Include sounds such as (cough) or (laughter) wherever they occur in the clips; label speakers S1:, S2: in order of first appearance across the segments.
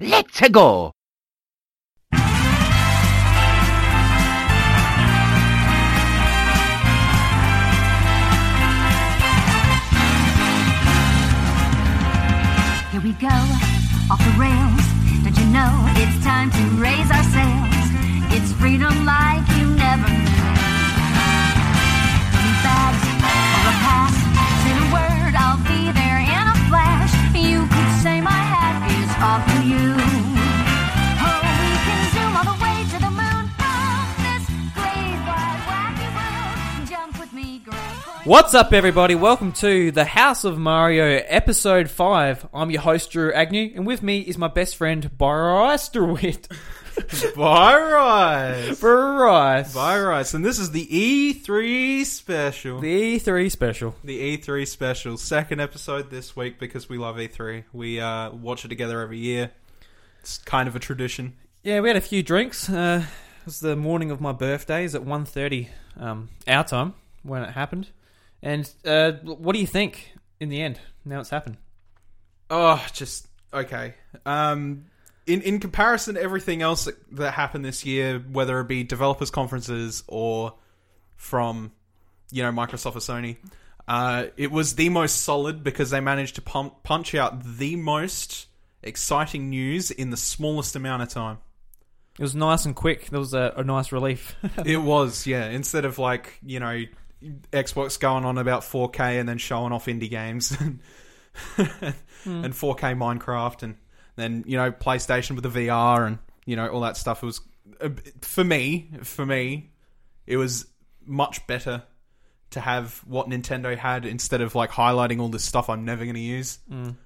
S1: Let's go!
S2: Here we go, off the rails. Don't you know it's time to raise our sails? It's freedom like you never knew. Any bags or a pass, say the word, I'll be there in a flash. You could say my hat is off to you. Oh, we can zoom all the way to the moon from this great wide wacky world. Jump with me, great point.
S3: What's up, everybody? Welcome to the House of Mario, episode five. I'm your host Drew Agnew, and with me is my best friend Bryce DeWitt.
S4: Virus.
S3: Bryce,
S4: Virus. And this is the E3 special. The,
S3: the E3 special.
S4: E3 special. Second episode this week because we love E3. We uh, watch it together every year. It's kind of a tradition.
S3: Yeah, we had a few drinks. Uh, it was the morning of my birthday. It's at 1.30 um, our time when it happened. And uh, what do you think in the end? Now it's happened.
S4: Oh, just okay. Um, in in comparison to everything else that, that happened this year, whether it be developers conferences or from you know Microsoft or Sony, uh, it was the most solid because they managed to pump, punch out the most exciting news in the smallest amount of time.
S3: It was nice and quick. There was a, a nice relief. (laughs)
S4: It was, yeah. Instead of like you know Xbox going on about 4K and then showing off indie games and, and 4K Minecraft and then you know PlayStation with the VR and you know all that stuff It was a bit- for me for me it was much better to have what Nintendo had instead of like highlighting all this stuff I'm never going to use.
S3: I'm,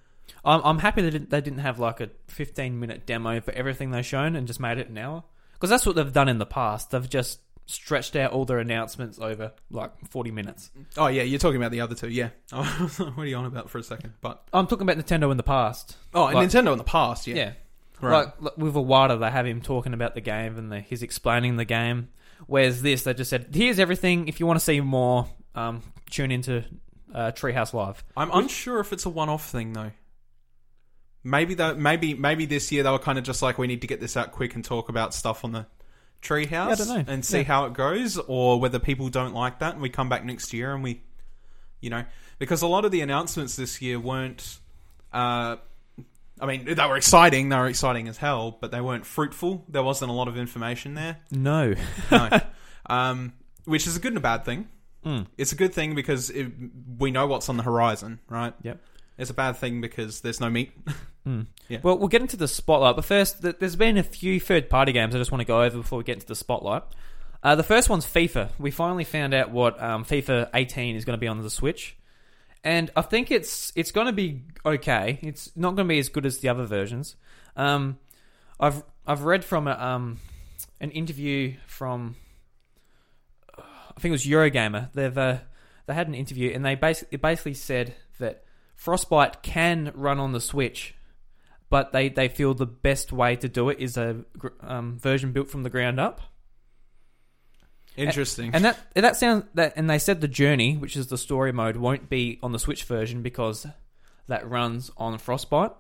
S3: I'm happy that they didn't have like a 15 minute demo for everything they've shown and just made it an hour. Because that's what they've done in the past. They've just stretched out all their announcements over like 40 minutes.
S4: Oh yeah, you're talking about the other two, yeah. (laughs) what are you on about for a second? But
S3: I'm talking about Nintendo in the past.
S4: oh, and
S3: Like-
S4: Nintendo in the past, yeah.
S3: Yeah.
S4: Right.
S3: Like, like with Iwata, they have him talking about the game and the, he's explaining the game. Whereas this, they just said, here's everything. If you want to see more, um, tune into uh, Treehouse Live.
S4: I'm unsure if it's a one-off thing though. Maybe that maybe maybe this year they were kind of just like we need to get this out quick and talk about stuff on the treehouse
S3: I don't know.
S4: and see
S3: Yeah.
S4: how it goes, or whether people don't like that and we come back next year and we, you know, because a lot of the announcements this year weren't. Uh, I mean, they were exciting. They were exciting as hell, but they weren't fruitful. There wasn't a lot of information there
S3: No.
S4: no. Um, which is a good and a bad thing.
S3: Mm.
S4: It's a good thing because it, we know what's on the horizon, right?
S3: (laughs) Yep.
S4: It's a bad thing because there's no meat. (laughs)
S3: Well, we'll get into the spotlight, but first, th- there's been a few third party games I just want to go over before we get into the spotlight. Uh, the first one's FIFA. We finally found out what um, FIFA 18 is going to be on the Switch, and I think it's it's going to be okay. It's not going to be as good as the other versions. Um, I've I've read from a, um, an interview from I think it was Eurogamer. They've uh, they had an interview and they basically it basically said that Frostbite can run on the Switch, but they, they feel the best way to do it is a gr- um, version built from the ground up.
S4: Interesting.
S3: And that and that sounds that and they said the journey, which is the story mode, won't be on the Switch version because that runs on Frostbite,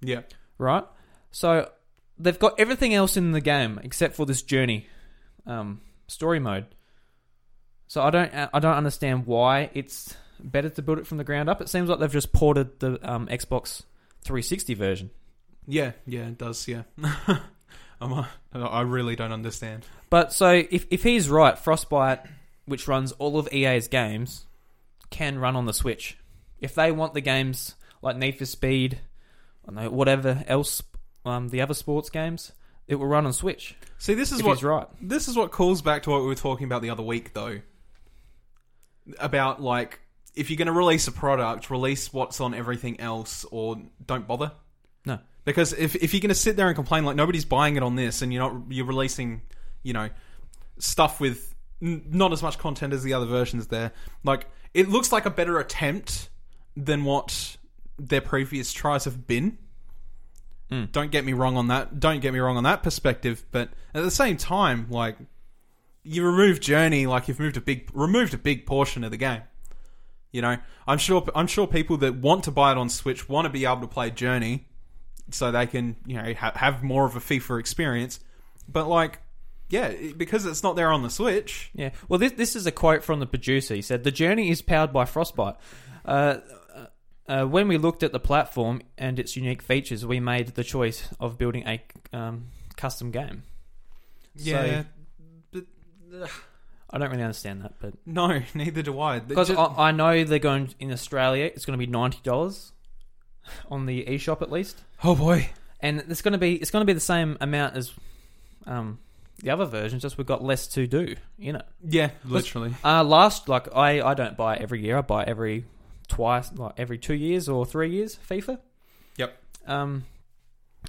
S4: yeah.
S3: right? So they've got everything else in the game except for this journey um, story mode. So I don't I don't understand why it's better to build it from the ground up. It seems like they've just ported the um, Xbox 360 version.
S4: Yeah. Yeah. It does. Yeah. (laughs) I'm a, I really don't understand.
S3: But so if if he's right, Frostbite, which runs all of EA's games, can run on the Switch. If they want the games like Need for Speed, I don't know whatever else, um, the other sports games, it will run on Switch.
S4: See, this is
S3: If
S4: what
S3: he's right.
S4: this is what calls back to what we were talking about the other week, though. About like, if you're going to release a product, release what's on everything else, or don't bother.
S3: No,
S4: Because if if you're going to sit there and complain like nobody's buying it on this, and you're not you're releasing, you know, stuff with n- not as much content as the other versions there, like it looks like a better attempt than what their previous tries have been. Don't get me wrong on that. Don't get me wrong on that perspective, but at the same time, like you remove Journey, like you've moved a big removed a big portion of the game. You know, I'm sure I'm sure people that want to buy it on Switch want to be able to play Journey so they can you know ha- have more of a FIFA experience. But like, yeah, it, because it's not there on the Switch.
S3: Yeah. Well, this this is a quote from the producer. He said, "The journey is powered by Frostbite." Uh, uh, when we looked at the platform and its unique features, we made the choice of building a um, custom game.
S4: Yeah, but
S3: I don't really understand that, but
S4: no, (laughs) neither do I. They
S3: because
S4: just-
S3: I, I know they're going in Australia, it's going to be ninety dollars on the eShop at least,
S4: oh boy,
S3: and it's going to be it's going to be the same amount as um, the other versions, just we've got less to do in it.
S4: yeah, literally.
S3: Uh, last, like I, I don't buy it every year. I buy it every twice, like every two years or three years. FIFA.
S4: Yep.
S3: Um,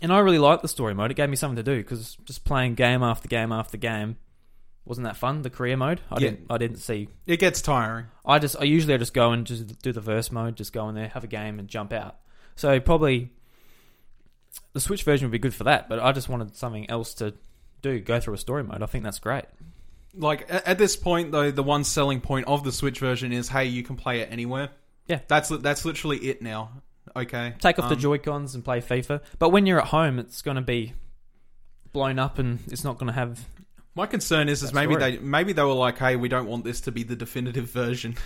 S3: and I really liked the story mode. It gave me something to do because just playing game after game after game wasn't that fun. The career mode, I
S4: Yeah.
S3: didn't, I didn't see.
S4: It gets tiring.
S3: I just, I usually I just go and just do the verse mode, just go in there, have a game, and jump out. So probably the Switch version would be good for that. But I just wanted something else to do. Go through a story mode. I think that's great.
S4: Like a- at this point, though, the one selling point of the Switch version is, hey, you can play it anywhere.
S3: Yeah.
S4: that's li- that's literally it now. Okay,
S3: take off the
S4: Um,
S3: Joy Cons and play FIFA. But when you're at home, it's going to be blown up and it's not going to have.
S4: My concern is, is
S3: That's
S4: maybe
S3: right.
S4: they maybe they were like, hey, we don't want this to be the definitive version. (laughs)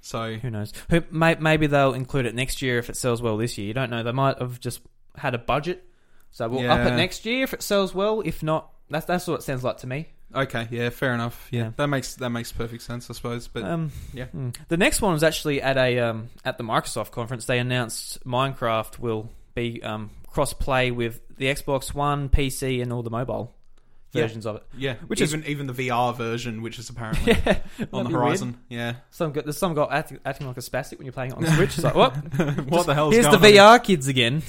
S4: So
S3: Who knows? Who may, maybe they'll include it next year if it sells well this year. You don't know. They might have just had a budget, so we'll up
S4: Yeah.
S3: it next year if it sells well. If not, that's that's what it sounds like to me.
S4: okay, yeah, fair enough. Yeah,
S3: Yeah.
S4: that makes that makes perfect sense, I suppose. But
S3: Um,
S4: yeah.
S3: hmm. The next one was actually at a um, at the Microsoft conference. They announced Minecraft will be um, cross play with the Xbox One, PC, and all the mobile
S4: Yeah.
S3: versions of it.
S4: yeah,
S3: which
S4: which
S3: is-
S4: even even the VR version, which is
S3: (laughs)
S4: apparently on the
S3: be weird.
S4: horizon.
S3: (laughs)
S4: Yeah, (laughs)
S3: Some got, there's some got acting, acting like a spastic when you're playing it on Switch. It's like, what?
S4: (laughs) what the hell? Is
S3: Here's the
S4: going on?
S3: VR kids
S4: (laughs)
S3: again.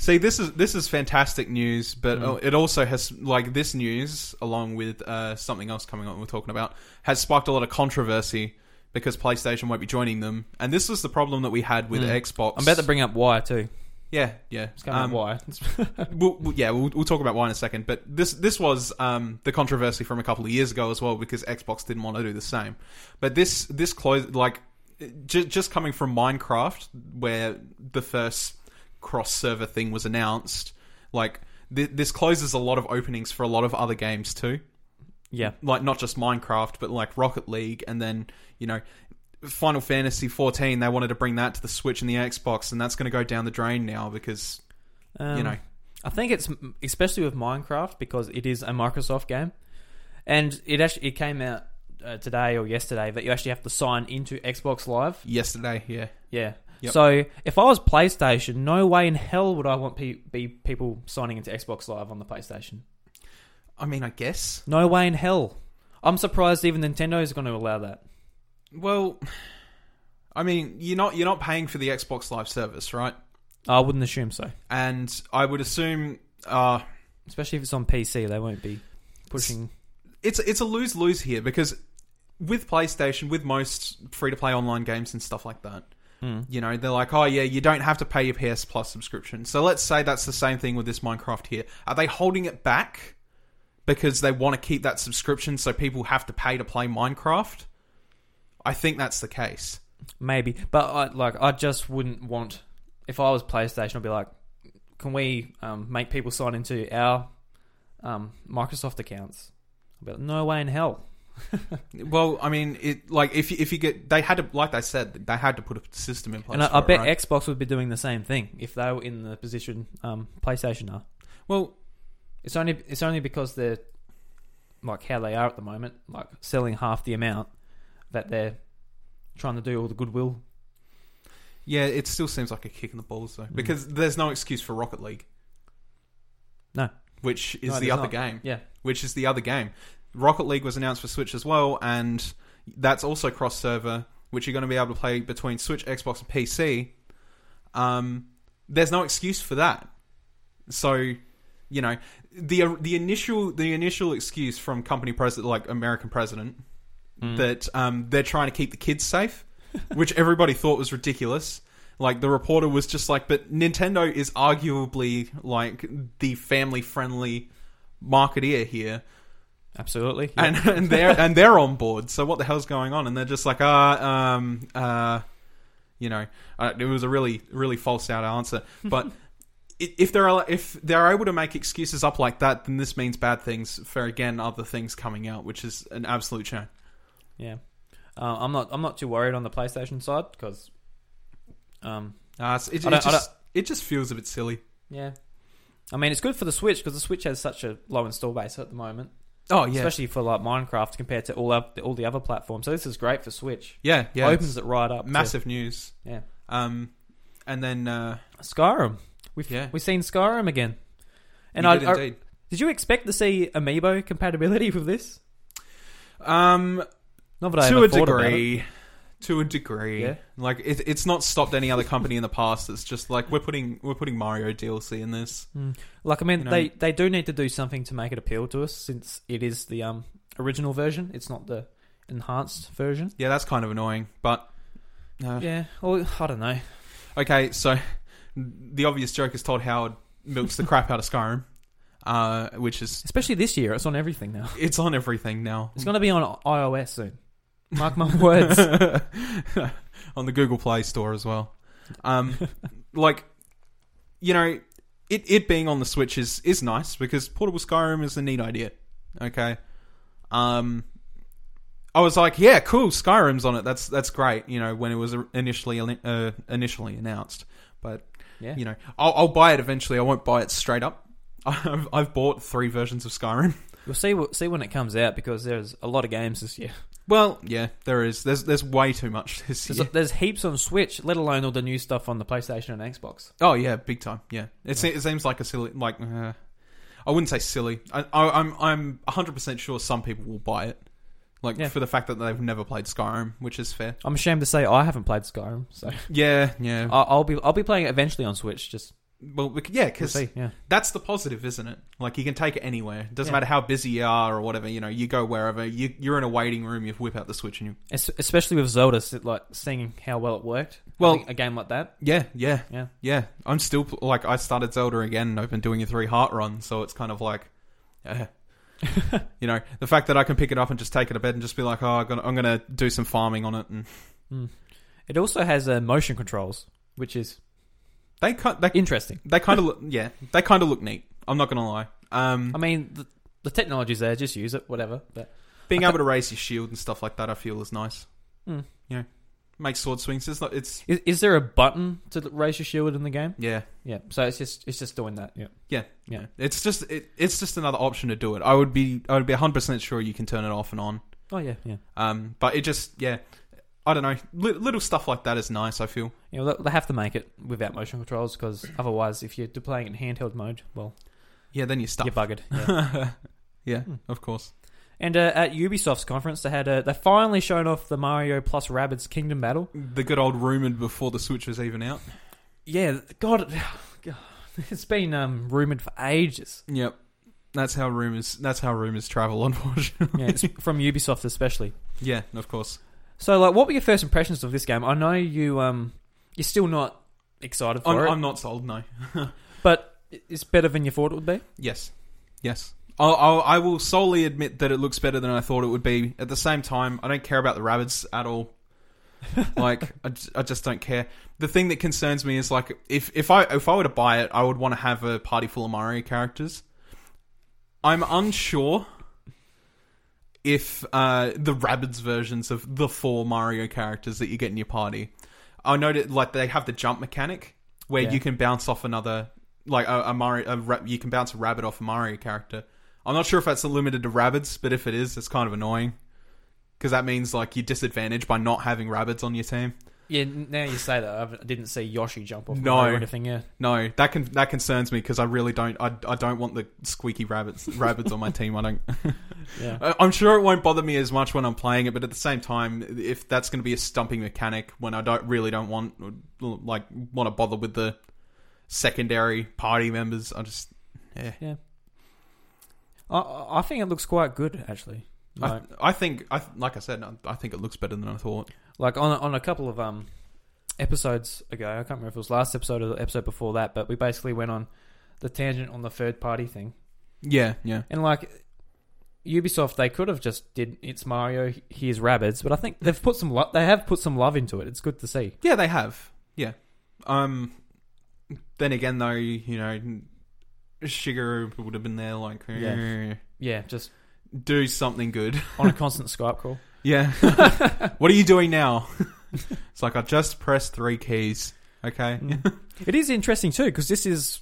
S4: See, this is this is fantastic news, but
S3: Mm.
S4: uh, it also has like this news, along with uh, something else coming on we're talking about, has sparked a lot of controversy because PlayStation won't be joining them, and this was the problem that we had with
S3: Mm.
S4: Xbox.
S3: I'm about to bring up why too.
S4: yeah, yeah,
S3: It's kind of
S4: Um,
S3: why.
S4: (laughs) we'll, we'll- yeah, we'll, we'll talk about why in a second. But this this was um, the controversy from a couple of years ago as well because Xbox didn't want to do the same. But this this close like just, just coming from Minecraft, where the first cross server thing was announced, like th- this closes a lot of openings for a lot of other games too
S3: Yeah,
S4: like not just Minecraft, but like Rocket League, and then you know Final Fantasy 14. They wanted to bring that to the Switch and the Xbox, and that's going to go down the drain now because
S3: (laughs) um,
S4: you know
S3: I think it's m- especially with Minecraft because it is a Microsoft game, and it actually it came out uh, today or yesterday that you actually have to sign into Xbox Live.
S4: yesterday, yeah,
S3: Yeah.
S4: Yep.
S3: So if I was PlayStation, no way in hell would I want pe- be people signing into Xbox Live on the PlayStation.
S4: I mean, I guess.
S3: No way in hell. I'm surprised even Nintendo is going to allow that.
S4: Well, I mean, you're not you're not paying for the Xbox Live service, right?
S3: I wouldn't assume so.
S4: And I would assume. Uh,
S3: Especially if it's on PC, they won't be pushing.
S4: it's it's a lose lose here because with PlayStation, with most free to play online games and stuff like that, you know, they're like, oh yeah, you don't have to pay your PS Plus subscription. So let's say that's the same thing with this Minecraft here. Are they holding it back because they want to keep that subscription so people have to pay to play Minecraft? I think that's the case.
S3: Maybe, but I like I just wouldn't want. If I was PlayStation, I'd be like, can we um, make people sign into our um, Microsoft accounts? I'd be like, no way in hell.
S4: Well, I mean, it like if you, if you get they had to like they said they had to put a system in place.
S3: and I,
S4: for
S3: I
S4: it,
S3: bet
S4: right?
S3: Xbox would be doing the same thing if they were in the position um, PlayStation are.
S4: well,
S3: It's only it's only because they're like how they are at the moment, like selling half the amount that they're trying to do all the goodwill.
S4: yeah, it still seems like a kick in the balls though because there's no excuse for Rocket League,
S3: No,
S4: which is
S3: No,
S4: the
S3: there's
S4: other
S3: not.
S4: game.
S3: yeah,
S4: which is the other game. Rocket League was announced for Switch as well, and that's also cross server, which you're going to be able to play between Switch, Xbox, and PC. Um, there's no excuse for that. So, you know, the the initial the initial excuse from company president, like American president, that um, they're trying to keep the kids safe, (laughs) which everybody thought was ridiculous. Like the reporter was just like, but Nintendo is arguably like the family friendly marketeer here,
S3: absolutely.
S4: and and they're and they're on board. So what the hell's going on? And they're just like, ah, um, uh, you know, uh, it was a really really false out answer, but. i- if they're al- if they're able to make excuses up like that, then this means bad things for again other things coming out, which is an absolute shame.
S3: Yeah, uh, I'm not. I'm not too worried on the PlayStation side because, um,
S4: Uh, it's- it,
S3: I
S4: it
S3: don't- I
S4: just it just feels a bit silly.
S3: yeah, I mean it's good for the Switch because the Switch has such a low install base at the moment,
S4: Oh yeah,
S3: especially for like Minecraft compared to all up, all the other platforms. So this is great for Switch.
S4: yeah, yeah.
S3: opens
S4: it's
S3: it right up. to-
S4: massive news.
S3: yeah,
S4: Um, and then uh,
S3: Skyrim. We've
S4: Yeah.
S3: we've seen Skyrim again. And
S4: you
S3: I,
S4: did
S3: I-
S4: indeed.
S3: did you expect to see amiibo compatibility with this?
S4: Um,
S3: Not that I
S4: to
S3: ever
S4: a
S3: thought about it.
S4: degree. To a degree,
S3: Yeah.
S4: like it, it's not stopped any other company in the past. It's just like we're putting we're putting Mario DLC in this.
S3: Hmm. Like I mean,
S4: You know-
S3: they they do need to do something to make it appeal to us since it is the um original version. It's not the enhanced version.
S4: Yeah, that's kind of annoying. But uh,
S3: Yeah. Well, I don't know.
S4: okay, so (laughs) the obvious joke is Todd Howard milks the crap out of Skyrim, uh, which is
S3: Especially this year, it's on everything now.
S4: it's on everything now.
S3: It's going to be on iOS soon. Mark my
S4: (laughs)
S3: words.
S4: on the Google Play Store as well.
S3: (laughs)
S4: Um, like, you know, it it being on the Switch is is nice because portable Skyrim is a neat idea. Okay, um, I was like, yeah, cool, Skyrim's on it. That's that's great. You know, when it was initially uh, initially announced, but
S3: Yeah.
S4: you know, I'll, I'll buy it eventually. I won't buy it straight up. (laughs) I've, I've bought three versions of Skyrim.
S3: We'll see what see when it comes out because there's a lot of games this year.
S4: Well, yeah, there is. There's there's way too much this
S3: There's,
S4: year.
S3: there's heaps on Switch, let alone all the new stuff on the PlayStation and Xbox.
S4: Oh yeah, big time. Yeah, it, se- it seems like a silly. Like, uh, I wouldn't say silly. I, I, I'm I'm 100 percent sure some people will buy it, like
S3: Yeah.
S4: for the fact that they've never played Skyrim, which is fair.
S3: I'm ashamed to say I haven't played Skyrim, (laughs) so
S4: Yeah, yeah.
S3: I'll, I'll be I'll be playing it eventually on Switch. Just
S4: Uh, well, we, c- yeah,
S3: we'll
S4: because
S3: see. Yeah.
S4: that's the positive, isn't it? Like you can take it anywhere. It doesn't
S3: Yeah.
S4: matter how busy you are or whatever. You know, you go wherever. You you're in a waiting room. You whip out the switch and you.
S3: Es- especially with Zelda, so, like seeing how well it worked. I
S4: Well-
S3: think a game like that.
S4: Yeah, yeah,
S3: Yeah.
S4: yeah. I'm still pl- like I started Zelda again. and I've been doing a three heart run, so it's kind of like, eh.
S3: (laughs)
S4: you know, the fact that I can pick it up and just take it to bed and just be like, oh, I'm gonna, I'm gonna do some farming on it, and
S3: It also has uh, motion controls, which is
S4: they kind they,
S3: interesting.
S4: they kind of look yeah they kind of look neat. I'm not gonna lie. Um,
S3: I mean, the, the technology's there. Just use it, whatever. But
S4: being
S3: I
S4: able to raise your shield and stuff like that, I feel is nice.
S3: Hmm.
S4: You know, make sword swings. It's not. It's
S3: is, is there a button to raise your shield in the game?
S4: yeah.
S3: Yeah. So it's just it's just doing that. Yeah.
S4: Yeah,
S3: Yeah.
S4: It's just it, it's just another option to do it. I would be I would be 100 percent sure you can turn it off and on.
S3: Oh yeah, yeah.
S4: Um, but it just, yeah, I don't know. Li- little stuff like that is nice. I feel.
S3: You know, they- they have to make it without motion controls because otherwise, if you're playing in handheld mode, well,
S4: Yeah, then you stuff.
S3: you're (laughs) buggered. Yeah.
S4: yeah, of course.
S3: and uh, at Ubisoft's conference, they had uh, they finally shown off the Mario plus Rabbids Kingdom Battle.
S4: The good old rumored before the Switch was even out.
S3: Yeah, God, (sighs) God, it's been um, rumored for ages.
S4: Yep, that's how rumors. That's how rumors travel. (laughs) Unfortunately.
S3: Yeah, it's (laughs) from Ubisoft especially.
S4: Yeah, of course.
S3: So, like, what were your first impressions of this game? I know you um, you're still not excited for
S4: I'm,
S3: it,
S4: I'm not sold. No.
S3: but it's better than you thought it would be.
S4: Yes. Yes. I'll, I'll, I will solely admit that it looks better than I thought it would be. At the same time, I don't care about the rabbits at all. like I, j- I just don't care. The thing that concerns me is like if if I if I were to buy it, I would want to have a party full of Mario characters. I'm unsure if uh, the Rabbids versions of the four Mario characters that you get in your party. I noted like they have the jump mechanic where
S3: Yeah.
S4: you can bounce off another like a, a Mario a, ra- you can bounce a rabbit off a Mario character. I'm not sure if that's limited to rabbits, but if it is, it's kind of annoying because that means like you're disadvantaged by not having rabbits on your team.
S3: Yeah, n- now you say that, I haven't- I didn't see Yoshi jump off
S4: No.
S3: Mario or anything. Yeah,
S4: No, that can that concerns me because I really don't I, I don't want the squeaky rabbits rabbits on my team. I don't.
S3: yeah.
S4: I- I'm sure it won't bother me as much when I'm playing it, but at the same time, if that's going to be a stumping mechanic when I don't really don't want like want to bother with the secondary party members, I just eh. yeah.
S3: I- I, I think it looks quite good actually.
S4: I,
S3: Like,
S4: I think I like I said I, I think it looks better than I thought.
S3: like on a- on a couple of um episodes ago, I can't remember if it was last episode or the episode before that, but we basically went on the tangent on the third party thing.
S4: Yeah, yeah,
S3: And like Ubisoft, they could have just did it's Mario, here's rabbits, but I think they've put some lo- they have put some love into it. It's good to see.
S4: yeah. They have yeah. Um, Then again, though, you know, Shigeru would have been there, like, "Eh,
S3: Yeah. Yeah, just
S4: do something good.
S3: on a constant (laughs) Skype call.
S4: Yeah. (laughs) what are you doing now? it's like I just pressed three keys. Okay.
S3: It is interesting too because this is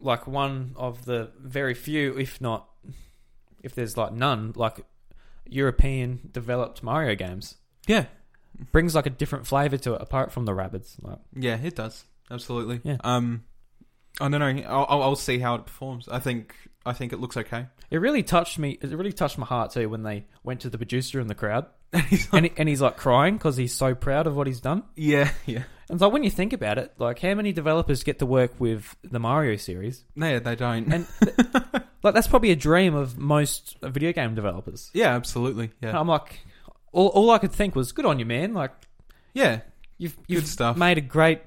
S3: like one of the very few, if not, if there's like none, like European developed Mario games.
S4: yeah.
S3: Brings like a different flavor to it apart from the rabbits. Like,
S4: Yeah, it does. Absolutely.
S3: Yeah.
S4: Um, I don't know. I'll, I'll- I'll see how it performs. I think I think it looks okay.
S3: it really touched me. It really touched my heart too when they went to the producer in the
S4: (laughs)
S3: crowd
S4: He's like-
S3: and he, and he's like crying because he's so proud of what he's done.
S4: yeah, yeah.
S3: And so when you think about it, like how many developers get to work with the Mario series?
S4: No, they don't. (laughs)
S3: And th- like that's probably a dream of most video game developers.
S4: yeah, absolutely. Yeah.
S3: And (laughs) I'm like, all, all I could think was, good on you, man. Like
S4: yeah.
S3: you've
S4: Good
S3: you've
S4: stuff.
S3: made a great,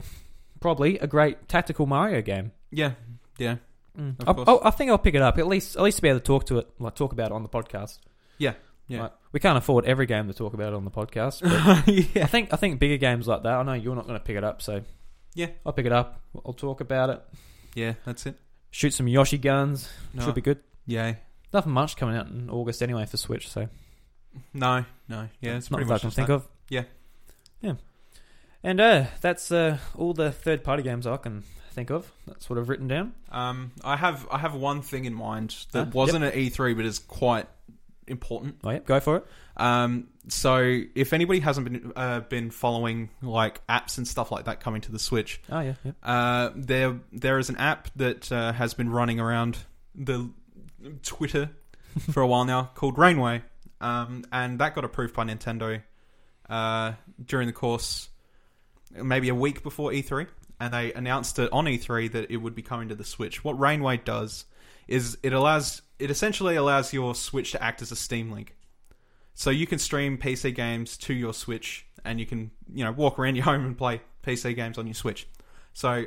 S3: probably a great tactical Mario game.
S4: Yeah. Yeah. Mm. Of
S3: I,
S4: course.
S3: I, I think I'll pick it up at least at least to be able to talk to it, like talk about it on the podcast.
S4: Yeah. Yeah.
S3: Like, we can't afford every game to talk about on the
S4: (laughs)
S3: podcast. but I
S4: yeah.
S3: think I think bigger games like that. I know you're not going to pick it up, so
S4: Yeah.
S3: I'll pick it up. I'll talk about it.
S4: Yeah, that's it.
S3: Shoot some Yoshi guns.
S4: No.
S3: Should be good.
S4: Yay.
S3: Nothing much coming out in August anyway for Switch, so
S4: No, no. Yeah, it's
S3: not
S4: pretty
S3: that I
S4: much
S3: can
S4: just
S3: think
S4: that.
S3: of.
S4: Yeah.
S3: yeah. And uh, that's uh, all the third-party games I can think of. That's what I've written down.
S4: Um, I have I have one thing in mind
S3: Huh?
S4: that
S3: Uh, Yep.
S4: wasn't at E3, but is quite important.
S3: Oh yeah, go for it.
S4: Um, so if anybody hasn't been uh, been following like apps and stuff like that coming to the Switch,
S3: Oh yeah, yeah.
S4: uh, there there is an app that uh, has been running around the Twitter for a while now called Rainway, um, and that got approved by Nintendo uh, during the course, maybe a week before E3, and they announced it on E3 that it would be coming to the Switch. What Rainway does is it allows it essentially allows your Switch to act as a Steam Link. So you can stream PC games to your Switch, and you can you know walk around your (laughs) home and play PC games on your Switch. So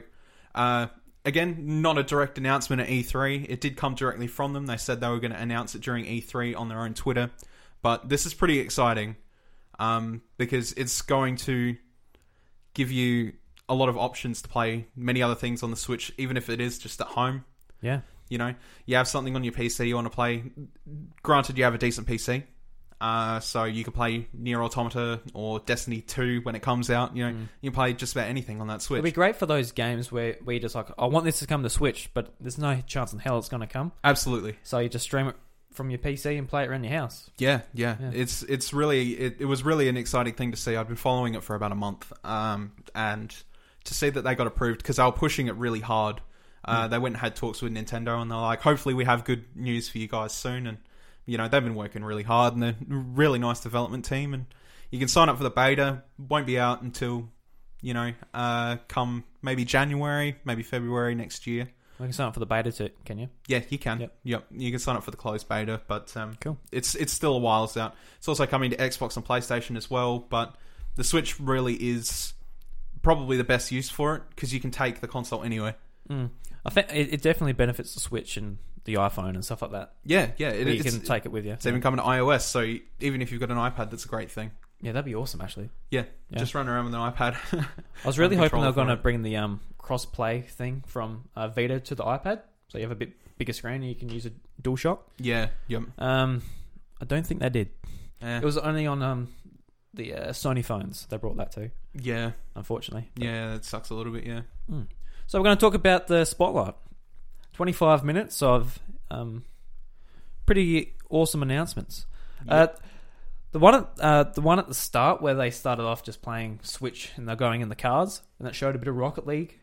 S4: uh, again, not a direct announcement at E3. It did come directly from them. They said they were going to announce it during E3 on their own Twitter, but this is pretty exciting um, because it's going to give you a lot of options to play many other things on the Switch, even if it is just at home.
S3: Yeah.
S4: You know, you have something on your PC you want to play. Granted, you have a decent PC, uh, so you can play Near Automata or Destiny 2 when it comes out. You know, you can play just about anything on that Switch.
S3: It'd be great for those games where, where you're just like, I want this to come to Switch, but there's no chance in hell it's going to come.
S4: Absolutely.
S3: So you just stream it from your PC and play it around your house.
S4: Yeah, yeah,
S3: Yeah.
S4: It's it's really it, it was really an exciting thing to see. I'd been following it for about a month, um, and to see that they got approved because they were pushing it really hard. Uh, They went and had talks with Nintendo, and they're like, "Hopefully, we have good news for you guys soon." And you know, they've been working really hard, and they're a really nice development team. And you can sign up for the beta; won't be out until you know, uh, come maybe January, maybe February next year.
S3: I can sign up for the beta too, can you?
S4: Yeah, you can.
S3: Yep.
S4: Yep. You can sign up for the closed beta, but um,
S3: Cool.
S4: it's it's still a while out. It's also coming to Xbox and PlayStation as well, but the Switch really is probably the best use for it because you can take the console anywhere.
S3: Mm. I think it, it definitely benefits the Switch and the iPhone and stuff like that.
S4: Yeah, yeah. It,
S3: Where you
S4: it's,
S3: can take it with you.
S4: it's even coming to iOS, so e, even if you've got an iPad, that's a great thing.
S3: Yeah, that'd be awesome actually.
S4: Yeah,
S3: Yeah.
S4: just run around with an iPad. (laughs)
S3: I was really
S4: Have
S3: hoping
S4: control
S3: they were going to
S4: for it.
S3: bring the um, cross-play thing from uh, Vita to the iPad, so you have a bit bigger screen and you can use a DualShock.
S4: yeah, yep.
S3: Um, I don't think they did.
S4: Yeah,
S3: It was only on um, the uh, Sony phones they brought that to,
S4: yeah,
S3: unfortunately. But-
S4: yeah. That sucks a little bit. Yeah,
S3: So we're going to talk about the spotlight. Twenty-five minutes of um, pretty awesome announcements. Uh, the one, at, uh, the one at the start where they started off just playing Switch and they're going in the cars, and that showed a bit of Rocket League.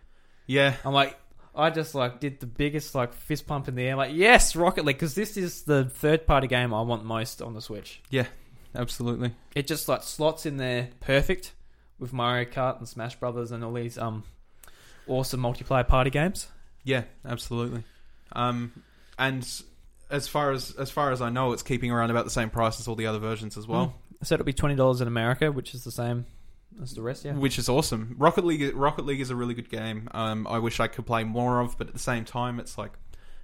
S4: yeah,
S3: I'm like, I just like did the biggest like fist pump in the air, like yes, Rocket League, because this is the third party game I want most on the Switch.
S4: yeah. Absolutely.
S3: It just like slots in there perfect with Mario Kart and Smash Brothers and all these um awesome multiplayer party games.
S4: Yeah, absolutely. Um, and as far as as far as I know, it's keeping around about the same price as all the other versions as well,
S3: So it'll be twenty dollars in America, which is the same as the rest. Yeah,
S4: which is awesome. Rocket League Rocket League is a really good game. Um, I wish I could play more of, but at the same time, it's like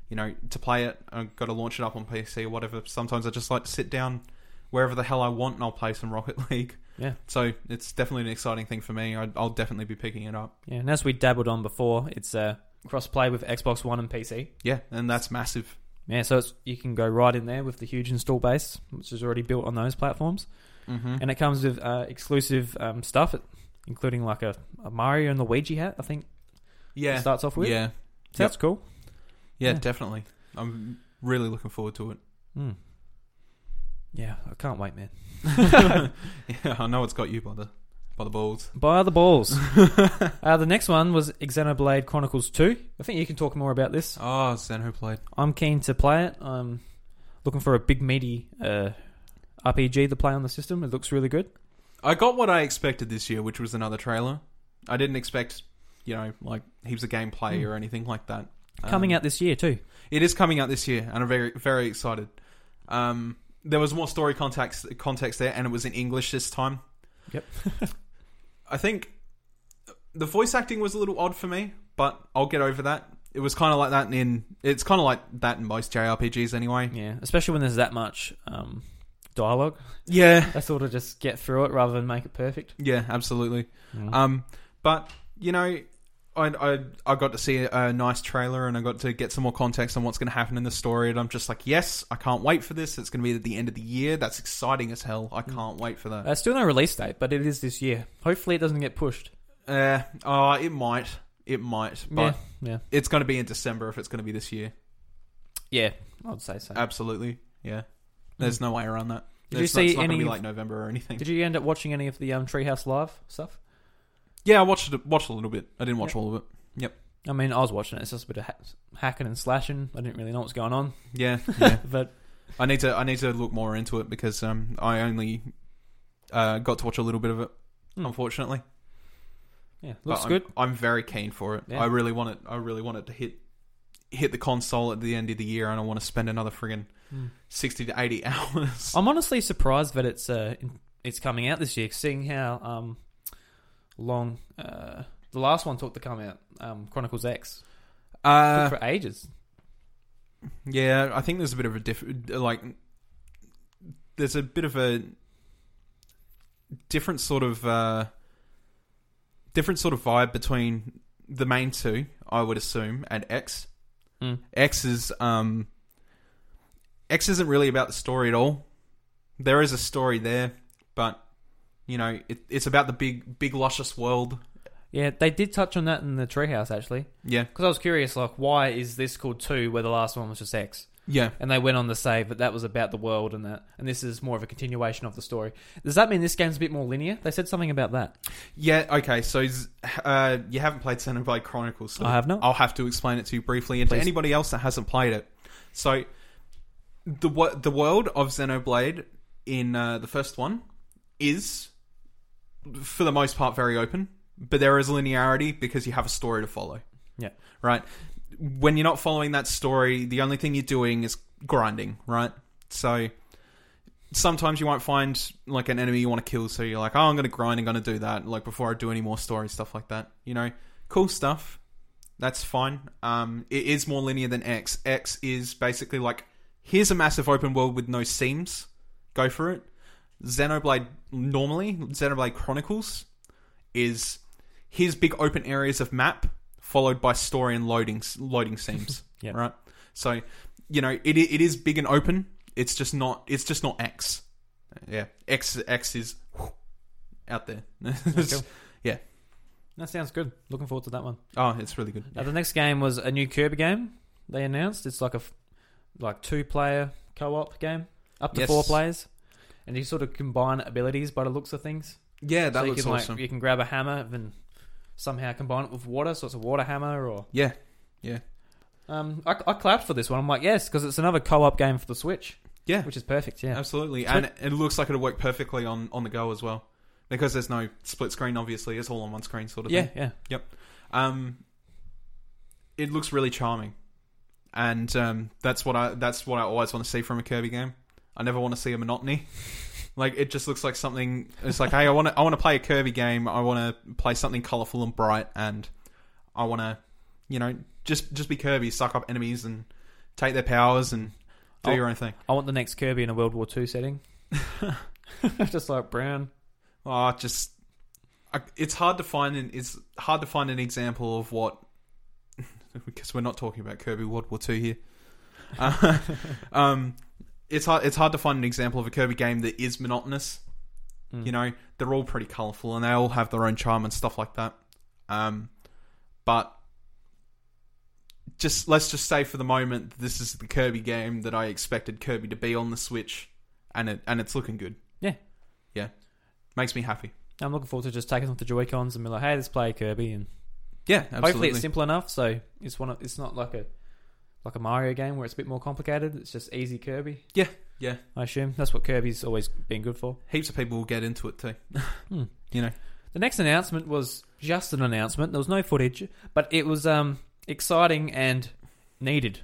S4: you know to play it, I've got to launch it up on PC or whatever. Sometimes I just like to sit down wherever the hell I want and I'll play some Rocket (laughs) League.
S3: yeah,
S4: So it's definitely an exciting thing for me. I, I'll definitely be picking it up.
S3: yeah. And as we dabbled on before, it's uh crossplay with Xbox One and PC.
S4: Yeah, and that's massive.
S3: Yeah, so it's, you can go right in there with the huge install base, which is already built on those platforms,
S4: Mm-hmm.
S3: (laughs) and it comes with uh, exclusive um, stuff, including like a, a Mario and Luigi hat. I think
S4: Yeah,
S3: it starts off with.
S4: yeah,
S3: so that's cool.
S4: yeah,
S3: Yeah.
S4: definitely. I'm really looking forward
S3: (laughs)
S4: to it. (laughs)
S3: Mm. Yeah, I can't wait, man.
S4: Yeah, I know it's got you by the by the balls.
S3: By the
S4: (laughs)
S3: balls. uh, the next one was Xenoblade Chronicles 2. I think you can talk more about this.
S4: Oh, Xenoblade.
S3: I'm keen to play it. I'm looking for a big, meaty uh, RPG to play on the system. It looks really good.
S4: I got what I expected this year, which was another trailer. I didn't expect, you know, like heaps of gameplay or anything like that.
S3: Hmm. Coming
S4: Um,
S3: out this year, too.
S4: It is coming out this year, and I'm very very excited. Um, there was more story context context there, and it was in English this time.
S3: Yep.
S4: (laughs) I think the voice acting was a little odd for me, but I'll get over that. It was kind of like that in it's kind of like that in most JRPGs anyway.
S3: Yeah, especially when there's that much um, dialogue.
S4: Yeah,
S3: I sort of just get through it rather than make it perfect.
S4: yeah, absolutely.
S3: Mm.
S4: Um, but you know, I, I I got to see a nice trailer and I got to get some more context on what's going to happen in the story, and I'm just like, yes, I can't wait for this. It's going to be at the end of the year. That's exciting as hell. I can't wait for that.
S3: Uh, still no release date, but it is this year. Hopefully, it doesn't get pushed.
S4: Uh, oh, it might, it might, but
S3: yeah, yeah,
S4: it's going to be in December if it's going to be this year.
S3: yeah. I'd say
S4: Um,
S3: so.
S4: Absolutely, yeah. There's no way around that.
S3: Mm. Did you
S4: It's not-
S3: see
S4: it's not gonna
S3: any-
S4: be like November or anything?
S3: Did you end up watching any of the um, Treehouse Live stuff?
S4: yeah, I watched it, watched a little bit. I didn't watch all of it.
S3: I mean, I was watching it. It's just a bit of ha- hacking and slashing. I didn't really know what's going on, (laughs)
S4: Yeah, yeah.
S3: but
S4: I need to I need to look more into it because um I only uh got to watch a little bit of it,
S3: Hmm.
S4: unfortunately.
S3: yeah,
S4: But
S3: looks
S4: I'm-
S3: good.
S4: I'm very keen for it.
S3: Yeah.
S4: I really want it. I really want it to hit hit the console at the end of the year, and I want to spend another friggin'
S3: Hmm.
S4: sixty to eighty (laughs) hours.
S3: I'm honestly surprised that it's uh, in- it's coming out this year, seeing how um, long uh, the last one took to come out, um, Chronicles X, took
S4: Uh,
S3: for ages.
S4: yeah, I think there's a bit of a diff like there's a bit of a different sort of uh different sort of vibe between the main two, I would assume, and X.
S3: Mm.
S4: X is um X isn't really about the story at all. There is a story there, but you know, it, it's about the big big luscious world.
S3: Yeah, they did touch on that in the Treehouse actually,
S4: Yeah.
S3: because I was curious, like, why is this called Two, where the last one was just X?
S4: Yeah.
S3: And they went on to say that that was about the world and that, and this is more of a continuation of the story. Does that mean this game's a bit more linear? They said something about that.
S4: Yeah, okay. So is- uh you haven't played Xenoblade Chronicles. So
S3: I have not.
S4: I'll have to explain it to you briefly and
S3: Please.
S4: to anybody else that hasn't played it. So the wo- the world of Xenoblade in uh, the first one is for the most part very open, but there is linearity because you have a story to follow.
S3: Yeah.
S4: right? When you're not following that story, the only thing you're doing is grinding, right? So sometimes you won't find like an enemy you want to kill, so you're like, oh, I'm going to grind, I'm going to do that, like before I do any more story stuff like that. You know, cool stuff. That's fine. Um, it is more linear than X. X is basically like, here's a massive open world with no seams. Go for it. Xenoblade normally, Xenoblade Chronicles is here's big open areas of map followed by story and loading
S3: (laughs)
S4: loading seams.
S3: Yeah.
S4: Right. So you know it it is big and open. It's just not it's just not X. Yeah. X X is (laughs) out there. (laughs)
S3: Okay.
S4: Yeah.
S3: That sounds good. Looking forward to that one.
S4: Oh, it's really good.
S3: Now the next game was a new Kirby game. They announced it's like a f- like two player co op game, up to
S4: Yes.
S3: four players, and you sort of combine abilities by the looks of things.
S4: Yeah, that
S3: so you
S4: looks
S3: can
S4: awesome.
S3: like you can grab a hammer and somehow combine it with water, so it's a water hammer. Or
S4: yeah. Yeah.
S3: um, I, I clapped for this one. I'm like yes, because it's another co op game for the Switch,
S4: Yeah.
S3: which is perfect. Yeah,
S4: Absolutely.
S3: Sweet.
S4: And it looks like it'll work perfectly on on the go as well. Because there's no split screen obviously. It's all on one screen sort of thing.
S3: yeah, yeah.
S4: Um, it looks really charming, and um, that's what I that's what I always want to see from a Kirby game. I never want to see a monotony. Like it just looks like something. It's like, hey, I want to I want to play a Kirby game. I want to play something colorful and bright, and I want to, you know, just just be Kirby, suck up enemies and take their powers and
S3: Oh.
S4: do your own thing.
S3: I want the next Kirby in a World War Two setting. (laughs) Just like Brown.
S4: Oh, just (laughs) I, it's hard to find an it's hard to find an example of what because we're not talking about Kirby World War Two here. Uh, (laughs) um, it's hard. It's hard to find an example of a Kirby game that is monotonous. You know, they're all pretty colorful and they all have their own charm and stuff like that. Um, but just let's just say for the moment, this is the Kirby game that I expected Kirby to be on the Switch, and it and it's looking good.
S3: Yeah.
S4: yeah, makes me happy.
S3: I'm looking forward to just taking off the Joy Cons and be like, hey, let's play Kirby, and
S4: Yeah, absolutely.
S3: hopefully it's simple enough. So it's one. Of, it's not like a like a Mario game where it's a bit more complicated. It's just easy Kirby.
S4: Yeah, yeah.
S3: I assume that's what Kirby's always been good for.
S4: Heaps of people will get into (laughs) it too. You know,
S3: The next announcement was just an announcement. There was no footage, but it was um, exciting and needed,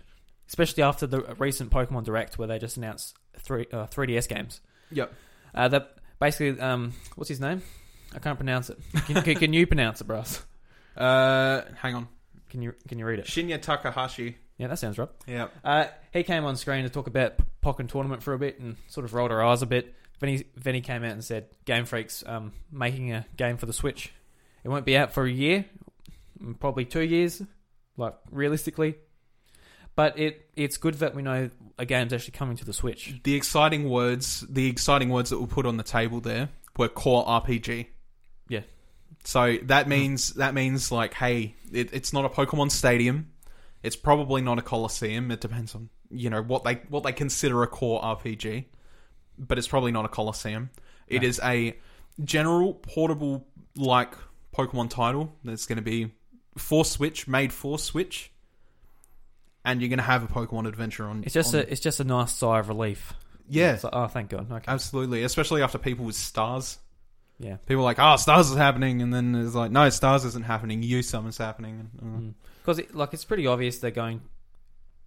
S3: especially after the recent Pokemon Direct where they just announced three uh, 3DS games.
S4: Yep.
S3: Uh, that basically, um, what's his name? I can't pronounce it. Can, can, can you pronounce it, Brass?
S4: Uh, hang on,
S3: Can you can you read it?
S4: Shinya Takahashi.
S3: Yeah, that sounds right.
S4: Yeah,
S3: Uh, he came on screen to talk about P- Pokken tournament for a bit and sort of rolled our eyes a bit. Vinny, Vinny came out and said, "Game Freak's um, making a game for the Switch. It won't be out for a year, mm, probably two years, like realistically. But it it's good that we know a game's actually coming to the Switch.
S4: the exciting words, the exciting words that were put on the table there were core RPG.
S3: Yeah.
S4: So that means that means like, hey, it, it's not a Pokemon Stadium. It's probably not a Colosseum. It depends on you know what they what they consider a core RPG, but it's probably not a Colosseum. It is a general portable like Pokemon title that's going to be for Switch, made for Switch, and you're going to have a Pokemon adventure on.
S3: It's just
S4: on,
S3: a it's just a nice sigh of relief.
S4: yeah,
S3: It's like, oh, thank God. Okay.
S4: Absolutely, especially after people with stars.
S3: Yeah.
S4: People are like, oh, stars is happening, and then it's like, no, stars isn't happening. You summon's happening.
S3: Mm.
S4: And, uh,
S3: Because it, like it's pretty obvious they're going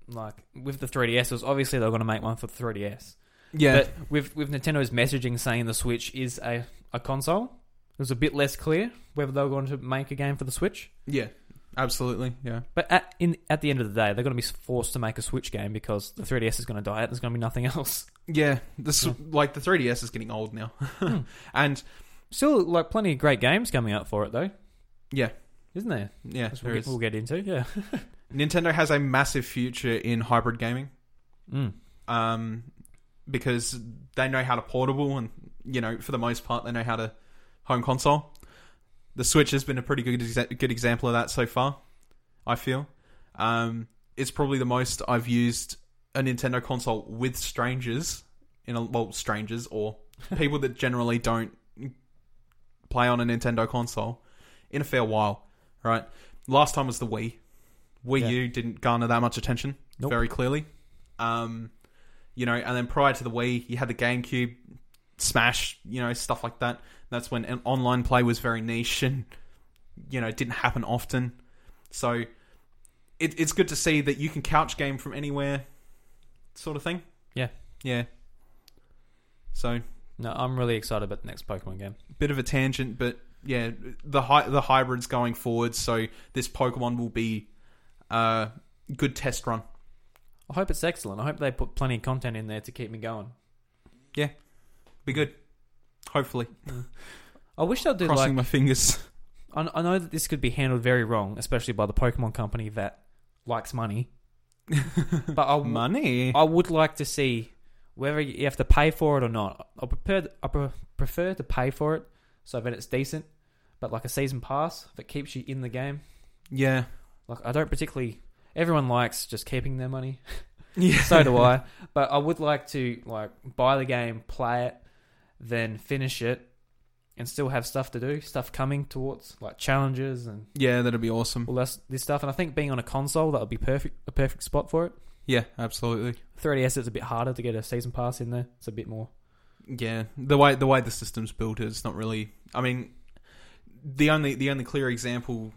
S3: like with the 3DS. It was obviously they're going to make one for the 3DS.
S4: Yeah,
S3: But with with Nintendo's messaging saying the Switch is a, a console, it was a bit less clear whether they were going to make a game for the Switch.
S4: yeah, absolutely, yeah,
S3: But at in at the end of the day, they're going to be forced to make a Switch game because the 3DS is going to die out. There's going to be nothing (laughs) else.
S4: yeah. This like the 3ds is getting old now,
S3: Hmm.
S4: (laughs) and
S3: Still, like plenty of great games coming out for it though,
S4: yeah,
S3: isn't there?
S4: yeah.
S3: Which
S4: there
S3: we'll, get,
S4: is.
S3: we'll get into. Yeah. (laughs)
S4: Nintendo has a massive future in hybrid gaming,
S3: mm.
S4: um, because they know how to portable, and you know, for the most part, they know how to home console. The Switch has been a pretty good exa- good example of that so far. I feel. Um, it's probably the most I've used a Nintendo console with strangers in a well, strangers
S3: (laughs)
S4: or people that generally don't play on a Nintendo console in a fair while. Right, last time was the Wii. Wii
S3: Yeah.
S4: U didn't garner that much attention
S3: Nope.
S4: very clearly. Um, you know, and then prior to the Wii, you had the GameCube, Smash, you know, stuff like that. That's when an- online play was very niche and you know didn't happen often. So it, it's good to see that you can couch game from anywhere, sort of thing.
S3: Yeah.
S4: Yeah. So
S3: No, I'm really excited about the next Pokemon game.
S4: bit of a tangent, but yeah, the hy- the hybrids going forward. So this Pokemon will be a good test run.
S3: I hope it's excellent. I hope they put plenty of content in there to keep me going.
S4: Be good. Hopefully,
S3: I wish they'll do like
S4: crossing my fingers.
S3: I, I know that this could be handled very wrong, especially by the Pokemon company that likes
S4: (laughs)
S3: money. but I, w-
S4: Money.
S3: I would like to see whether you have to pay for it or not. I prefer I pre- prefer to pay for it so that it's decent, but like a season pass that keeps you in the game.
S4: Yeah.
S3: Like I don't particularly. Everyone likes just keeping their money. (laughs)
S4: Yeah.
S3: so do I. But I would like to like buy the game, play it, then finish it, and still have stuff to do, stuff coming towards like challenges and
S4: Yeah, that'd be awesome.
S3: all this, this stuff. And I think being on a console that would be perfect a perfect spot for it.
S4: Yeah, absolutely.
S3: 3DS it's a bit harder to get a season pass in there. It's a bit more.
S4: Yeah, the way the way the system's built is not really. I mean, the only the only clear example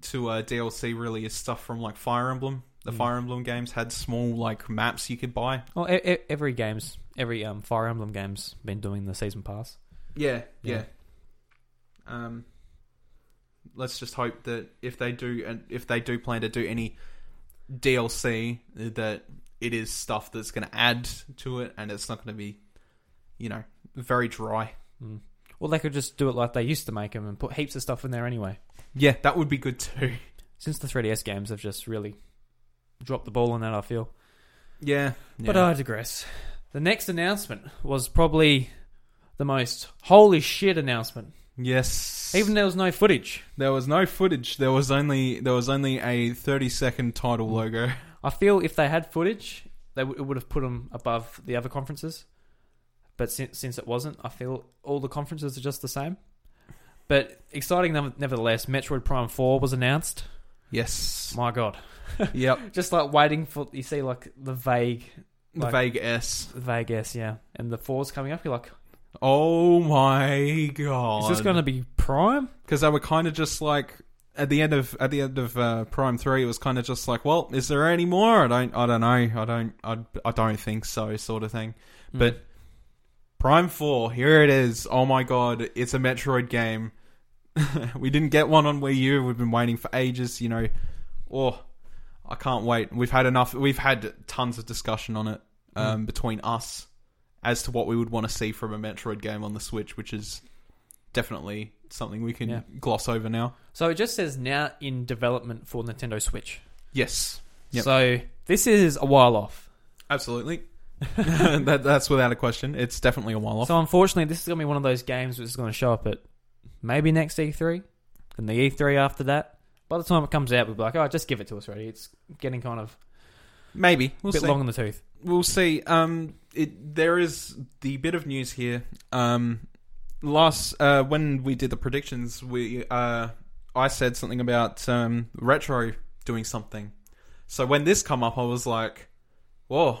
S4: to uh, DLC really is stuff from like Fire Emblem. The
S3: Mm.
S4: Fire Emblem games had small like maps you could buy.
S3: Well, e- e- every games, every um, Fire Emblem game's been doing the season pass.
S4: Yeah,
S3: Yeah.
S4: yeah. Um, let's just hope that if they do, and if they do plan to do any DLC, that it is stuff that's going to add to it, and it's not going to be, you know, very dry.
S3: Mm. Well, they could just do it like they used to make them and put heaps of stuff in there anyway.
S4: Yeah, that would be good too.
S3: since the 3DS games have just really dropped the ball on that. I feel,
S4: Yeah. yeah.
S3: but uh, I digress. The next announcement was probably the most holy shit announcement.
S4: yes.
S3: Even there was no footage.
S4: There was no footage. There was only there was only a thirty second
S3: Mm.
S4: title logo.
S3: I feel if they had footage, they w- it would have put them above the other conferences. But since since it wasn't, I feel all the conferences are just the same. But exciting nev- nevertheless. Metroid Prime Four was announced.
S4: Yes.
S3: My God,
S4: yep.
S3: just like waiting for you see like the vague, (laughs)
S4: The
S3: Like-
S4: vague S.
S3: vague guess, yeah, and the four's coming up. You're like,
S4: Oh my god.
S3: is this going to be Prime?
S4: because they were kind of just like at the end of at the end of uh, Prime Three, it was kind of just like, well, is there any more? I don't, I don't know, I don't, I, I don't think so, sort of thing. But Prime Four, here it is. Oh my god, it's a Metroid game. (laughs) we didn't get one on Wii U. We've been waiting for ages. You know, oh, I can't wait. We've had enough. We've had tons of discussion on it um, between us as to what we would want to see from a Metroid game on the Switch, which is definitely something we can
S3: Yeah.
S4: gloss over now.
S3: So it just says now in development for Nintendo Switch.
S4: Yes, Yep.
S3: So this is a while off.
S4: absolutely. (laughs) that, that's without a question. It's definitely a while off.
S3: So unfortunately, this is going to be one of those games which is going to show up at maybe next E3, and the E3 after that. By the time it comes out, we'll be like, oh, just give it to us already. It's getting kind of
S4: Maybe we'll
S3: a bit
S4: see.
S3: long in the tooth.
S4: We'll see. Um, it, there is the bit of news here. Um, last uh, when we did the predictions, we uh, I said something about um, retro doing something. So when this come up, I was like, "Whoa,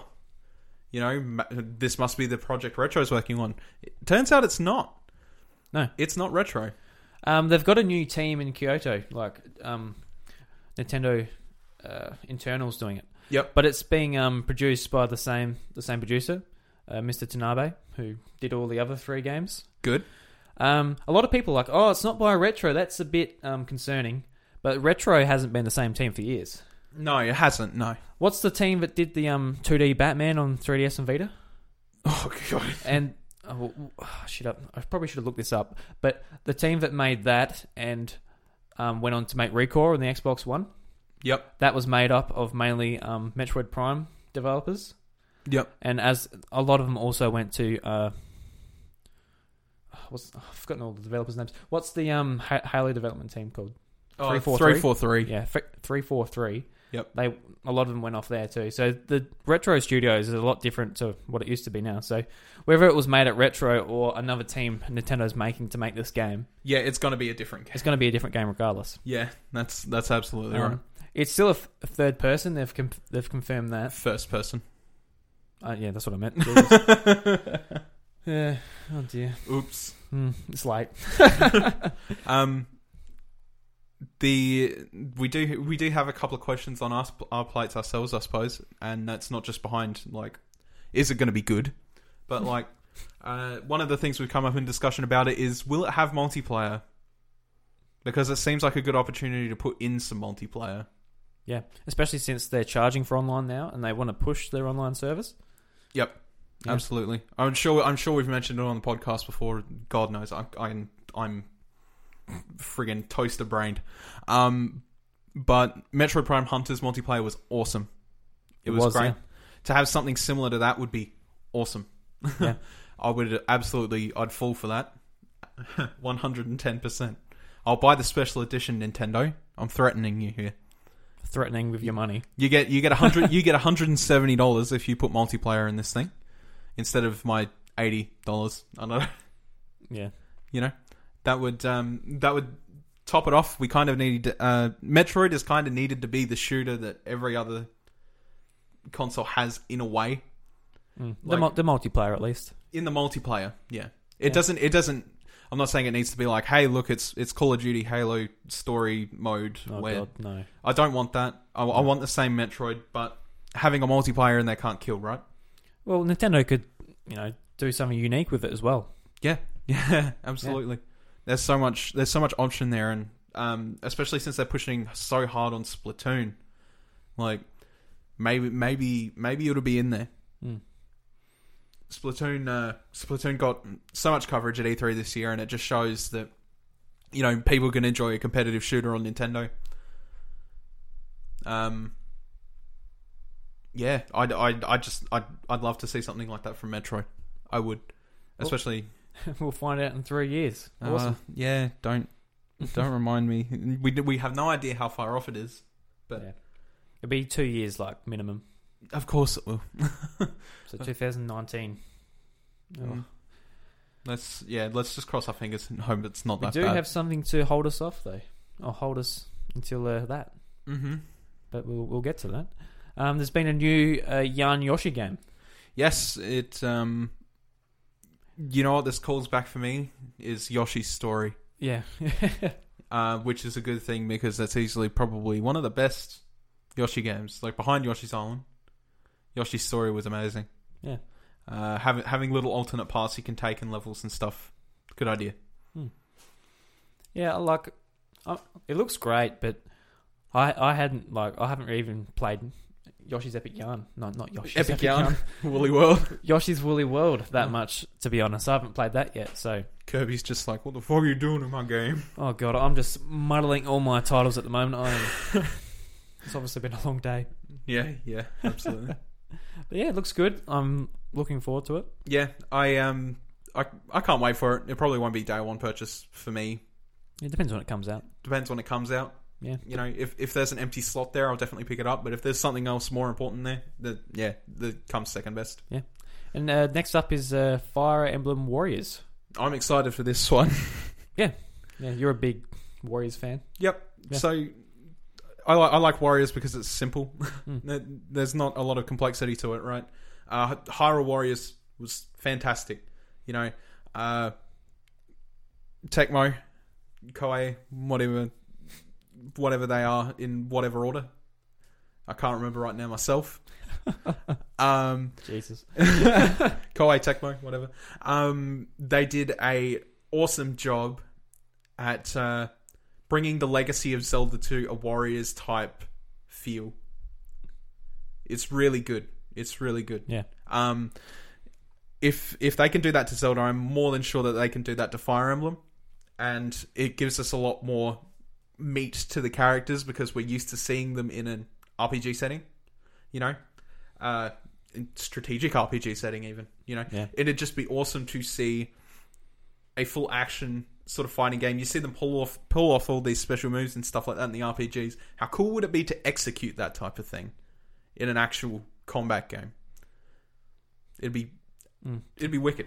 S4: you know, ma- this must be the project Retro's working on." It turns out it's not.
S3: No.
S4: it's not Retro.
S3: Um, they've got a new team in Kyoto, like um, Nintendo uh, internals doing it.
S4: Yep.
S3: But it's being um, produced by the same the same producer, uh, Mr. Tanabe, who did all the other three games.
S4: Good.
S3: Um, a lot of people are like, oh, it's not by Retro. That's a bit um, concerning. But Retro hasn't been the same team for years.
S4: No, it hasn't. No.
S3: What's the team that did the um 2D Batman on 3DS and Vita?
S4: Oh god.
S3: And oh, oh, shit, I, I probably should have looked this up. But the team that made that and um, went on to make Recore on the Xbox One,
S4: Yep.
S3: that was made up of mainly um, Metroid Prime developers,
S4: Yep.
S3: and as a lot of them also went to. Uh, What's, I've forgotten all the developers' names. What's the um Ha- Halo development team called?
S4: Oh,
S3: Three, four,
S4: three,
S3: three?
S4: four, three.
S3: Yeah, fr- three four three.
S4: Yep.
S3: They a lot of them went off there too. So the retro studios is a lot different to what it used to be now. So whether it was made at retro or another team Nintendo's making to make this game,
S4: Yeah, it's going to be a different
S3: it's
S4: case.
S3: going to be a different game regardless.
S4: Yeah, that's that's absolutely
S3: Um, It's still a, f- a third person. They've com- they've confirmed
S4: right.
S3: that.
S4: First person.
S3: Uh, yeah, that's what I
S4: (laughs)
S3: meant. Jesus. yeah. Oh dear.
S4: Oops.
S3: Hmm, it's late.
S4: Um, the we do we do have a couple of questions on us our plates ourselves, I suppose, and that's not just behind like, is it going to be good? But like, uh, one of the things we've come up in discussion about it is will it have multiplayer? Because it seems like a good opportunity to put in some multiplayer.
S3: Yeah, especially since they're charging for online now and they want to push their online service.
S4: Yep.
S3: Yeah.
S4: Absolutely. I'm sure I'm sure we've mentioned it on the podcast before. God knows I I'm I'm friggin' toaster brained. Um but Metroid Prime Hunters multiplayer was awesome.
S3: It
S4: It, was,
S3: was,
S4: great.
S3: yeah.
S4: To have something similar to that would be awesome. (laughs)
S3: Yeah.
S4: I would absolutely I'd fall for that. (laughs) 110%. I'll buy the special edition Nintendo. I'm threatening you here.
S3: Threatening with your money.
S4: You get you get a hundred you get a hundred and seventy dollars if you put multiplayer in this thing instead of my eighty dollars. I don't know. (laughs)
S3: Yeah.
S4: You know that would um, that would top it off. We kind of needed uh, Metroid is kind of needed to be the shooter that every other console has in a way
S3: Mm.
S4: Like-
S3: the, mul- the multiplayer at least.
S4: in the multiplayer. Yeah,
S3: Yeah.
S4: it doesn't it doesn't. I'm not saying it needs to be like, hey, look, it's it's Call of Duty Halo story mode
S3: Oh
S4: where
S3: god, no.
S4: I don't want that. I, I want the same Metroid, but having a multiplayer and they can't kill, right?
S3: Well, Nintendo could, you know, do something unique with it as well. (laughs)
S4: Yeah, (laughs) yeah, absolutely. There's so much. There's so much option there, and um, especially since they're pushing so hard on Splatoon, like maybe, maybe, maybe it'll be in there.
S3: Mm.
S4: Splatoon, uh, Splatoon got so much coverage at E3 this year, and it just shows that you know people can enjoy a competitive shooter on Nintendo. Um, yeah, I'd, I'd, i just, I'd, I'd love to see something like that from Metroid. I would, especially.
S3: we'll find out in three years.
S4: uh,
S3: Awesome.
S4: yeah, don't, (laughs) don't remind me. We d- we have no idea how far off it is.
S3: It'll be two years, like minimum.
S4: Of course it will.
S3: So 2019. Oh.
S4: Mm. Let's yeah, let's just cross our fingers and hope it's not
S3: We
S4: that
S3: do
S4: bad.
S3: have something to hold us off, though, or hold us until uh, that.
S4: mm-hmm.
S3: But we'll, we'll get to that. Um, there's been a new uh, Yan Yoshi game.
S4: Yes, it. Um, you know what this calls back for me is Yoshi's story,
S3: Yeah,
S4: uh, which is a good thing because that's easily probably one of the best Yoshi games. Like behind Yoshi's Island, Yoshi's story was amazing.
S3: Yeah.
S4: uh, having having little alternate paths you can take and levels and stuff. Good idea.
S3: (laughs) yeah. Like, uh, it looks great, but I I hadn't like I haven't even played Yoshi's Epic Yarn. No, not Yoshi's
S4: Epic Yarn. Woolly World.
S3: Yoshi's Woolly World that much. To be honest, I haven't played that yet. So,
S4: Kirby's just like, what the fuck are you doing in my game?
S3: oh god, I'm just muddling all my titles at the moment. I am. it's obviously been a long day,
S4: Yeah, yeah, absolutely.
S3: but yeah, it looks good. I'm looking forward to it.
S4: Yeah, I um, I I can't wait for it. It probably won't be day one purchase for me.
S3: It depends when it comes out.
S4: Depends when it comes out.
S3: Yeah.
S4: You know, if if there's an empty slot there, I'll definitely pick it up. But if there's something else more important there, that yeah, that comes second best.
S3: And uh, next up is uh, Fire Emblem Warriors.
S4: I'm excited for this (laughs) one.
S3: Yeah, you're a big Warriors fan.
S4: yep.
S3: Yeah.
S4: So. I like, I like Warriors because it's simple.
S3: Mm.
S4: (laughs) There- There's not a lot of complexity to it, right? Uh, Hyrule Warriors was fantastic. You know, uh, Tecmo, Koei, whatever, whatever they are in whatever order. I can't remember right now myself. um,
S3: Jesus.
S4: Koei Tecmo, whatever. Um, they did a awesome job at uh, bringing the legacy of Zelda to a Warriors type feel. It's really good. It's really good.
S3: Yeah.
S4: Um, if if they can do that to Zelda, I'm more than sure that they can do that to Fire Emblem, and it gives us a lot more meat to the characters because we're used to seeing them in an RPG setting, you know, uh, in strategic RPG setting even, you know.
S3: Yeah.
S4: It'd just be awesome to see a full action sort of fighting game. You see them pull off pull off all these special moves and stuff like that in the RPGs. How cool would it be to execute that type of thing in an actual combat game? It'd be
S3: Mm.
S4: it'd be wicked.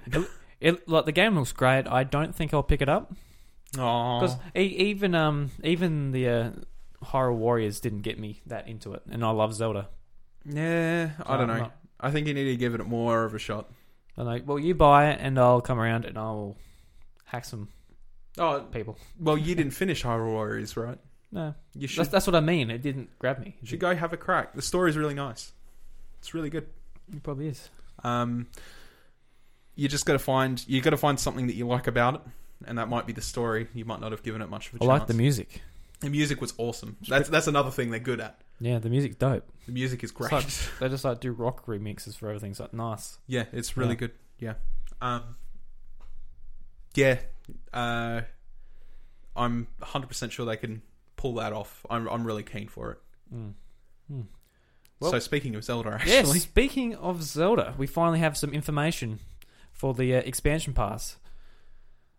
S3: It, like the game looks great. I don't think I'll pick it up because
S4: Aww.
S3: even um even the uh, Horror Warriors didn't get me that into it, and I love Zelda.
S4: Yeah, I don't
S3: No,
S4: know.
S3: not-
S4: I think you need to give it more of a shot.
S3: I'm like, well, you buy it, and I'll come around and I'll hack some
S4: Oh,
S3: people.
S4: well, you didn't finish Hyrule Warriors, right?
S3: No,
S4: You should
S3: that's, that's what I mean. It didn't grab me.
S4: You should go have a crack. The story's really nice. It's really good.
S3: It probably is.
S4: Um, you just got to find you got to find something that you like about it, and that might be the story. You might not have given it much of a
S3: I
S4: chance.
S3: like the music.
S4: The music was awesome. That's that's another thing they're good at.
S3: Yeah, the music's dope.
S4: The music is great.
S3: It's (laughs) They just like do rock remixes for everything. It's like nice.
S4: yeah, it's really
S3: Yeah.
S4: good. Yeah. Um, yeah. Uh, I'm 100% sure they can pull that off. I'm I'm really keen for it.
S3: Mm. Mm. Well-
S4: so speaking of Zelda,
S3: Yes.
S4: actually,
S3: Speaking of Zelda, we finally have some information for the uh, expansion pass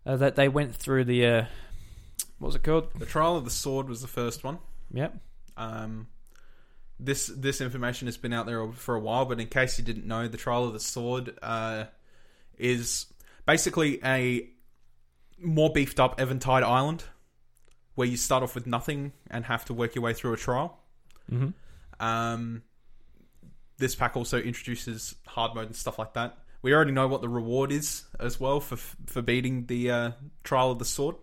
S3: uh, that they went through the uh, what was it called?
S4: the Trial of the Sword was the first one.
S3: Yep.
S4: Um, this this information has been out there for a while, but in case you didn't know, the Trial of the Sword uh, is basically a more beefed up Eventide Island, where you start off with nothing and have to work your way through a trial.
S3: Mm-hmm.
S4: Um, this pack also introduces hard mode and stuff like that. We already know what the reward is as well for for beating the uh, trial of the sword.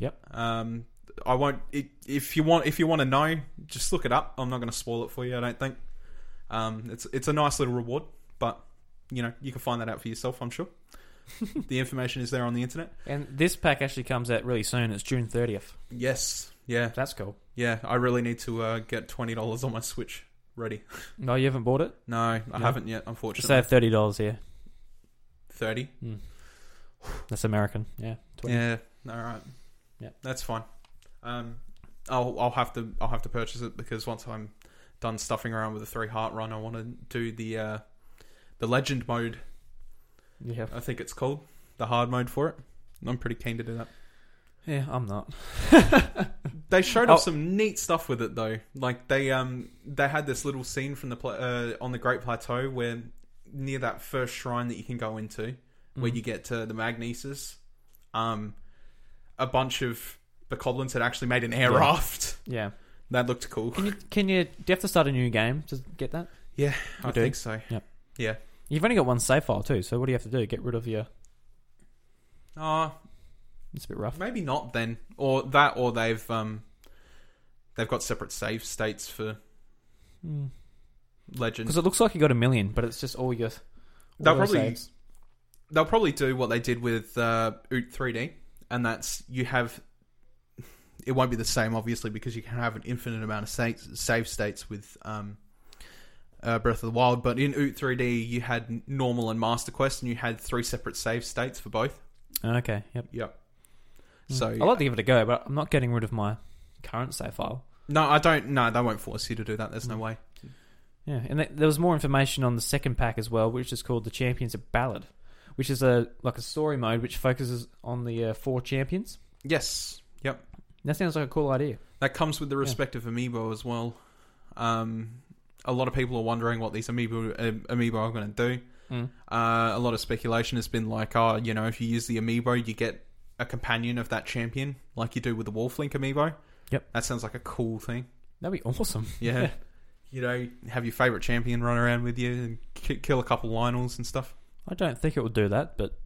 S3: Yep.
S4: Um, I won't. It, if you want, if you want to know, just look it up. I'm not going to spoil it for you. I don't think. Um, it's it's a nice little reward, but you know you can find that out for
S3: (laughs)
S4: yourself. I'm sure. the information is there on the internet.
S3: And this pack actually comes out really soon. It's June thirtieth.
S4: Yes. Yeah.
S3: That's cool.
S4: Yeah. I really need to uh, get twenty dollars on my Switch ready.
S3: No, you haven't bought it.
S4: No, I
S3: No.
S4: haven't yet.
S3: Just
S4: Unfortunately,
S3: save thirty dollars here.
S4: thirty.
S3: That's American. Yeah. 20.
S4: Yeah. All right.
S3: Yeah.
S4: That's fine. Um, I'll I'll have to I'll have to purchase it because once I'm done stuffing around with the three heart run, I want to do the uh, the legend mode.
S3: Yeah,
S4: I think it's called the hard mode for it. And I'm pretty keen to do that.
S3: yeah, I'm not.
S4: They showed off
S3: Oh.
S4: some neat stuff with it though. Like they um they had this little scene from the pla- uh, on the Great Plateau where near that first shrine that you can go into
S3: Mm.
S4: where you get to the Magnesis, um, a bunch of the Coblins had actually made an air
S3: Yeah.
S4: raft.
S3: Yeah,
S4: (laughs) That looked cool.
S3: can you can you? Do you have to start a new game to get that?
S4: Yeah, I
S3: do.
S4: think so.
S3: Yep.
S4: Yeah.
S3: You've only got one save file too, so what do you have to do? Get rid of your.
S4: Uh
S3: It's a bit rough.
S4: maybe not then. Or that or they've um they've got separate save states for
S3: Hmm.
S4: Legend.
S3: Because it looks like you got a million, but it's just all your. all
S4: They'll
S3: your
S4: probably-
S3: saves.
S4: they'll probably do what they did with uh, Oot 3D, and that's you have. It won't be the same, obviously, because you can have an infinite amount of states, save states with um, uh, Breath of the Wild. But in Oot 3D, you had normal and Master Quest, and you had three separate save states for both.
S3: Okay. Yep.
S4: Yep. So
S3: I'd like to give it a go, but I'm not getting rid of my current save file.
S4: no, I don't. No, they won't force you to do that. There's no way.
S3: Yeah, and th- there was more information on the second pack as well, which is called the Champions of Ballad, which is a like a story mode which focuses on the uh, four champions.
S4: Yes. Yep.
S3: That sounds like a cool idea.
S4: That comes with the respective amiibo as well. Um, a lot of people are wondering what these amiibo um, amiibo are going to do.
S3: Hmm.
S4: Uh, a lot of speculation has been like, oh, you know, if you use the amiibo, you get a companion of that champion, like you do with the Wolf Link amiibo.
S3: Yep.
S4: That sounds like a cool
S3: (laughs)
S4: thing.
S3: That'd be awesome.
S4: Yeah. You know, have your favorite champion run around with you and ki- kill a couple Lionels and stuff.
S3: I don't think it will do that, but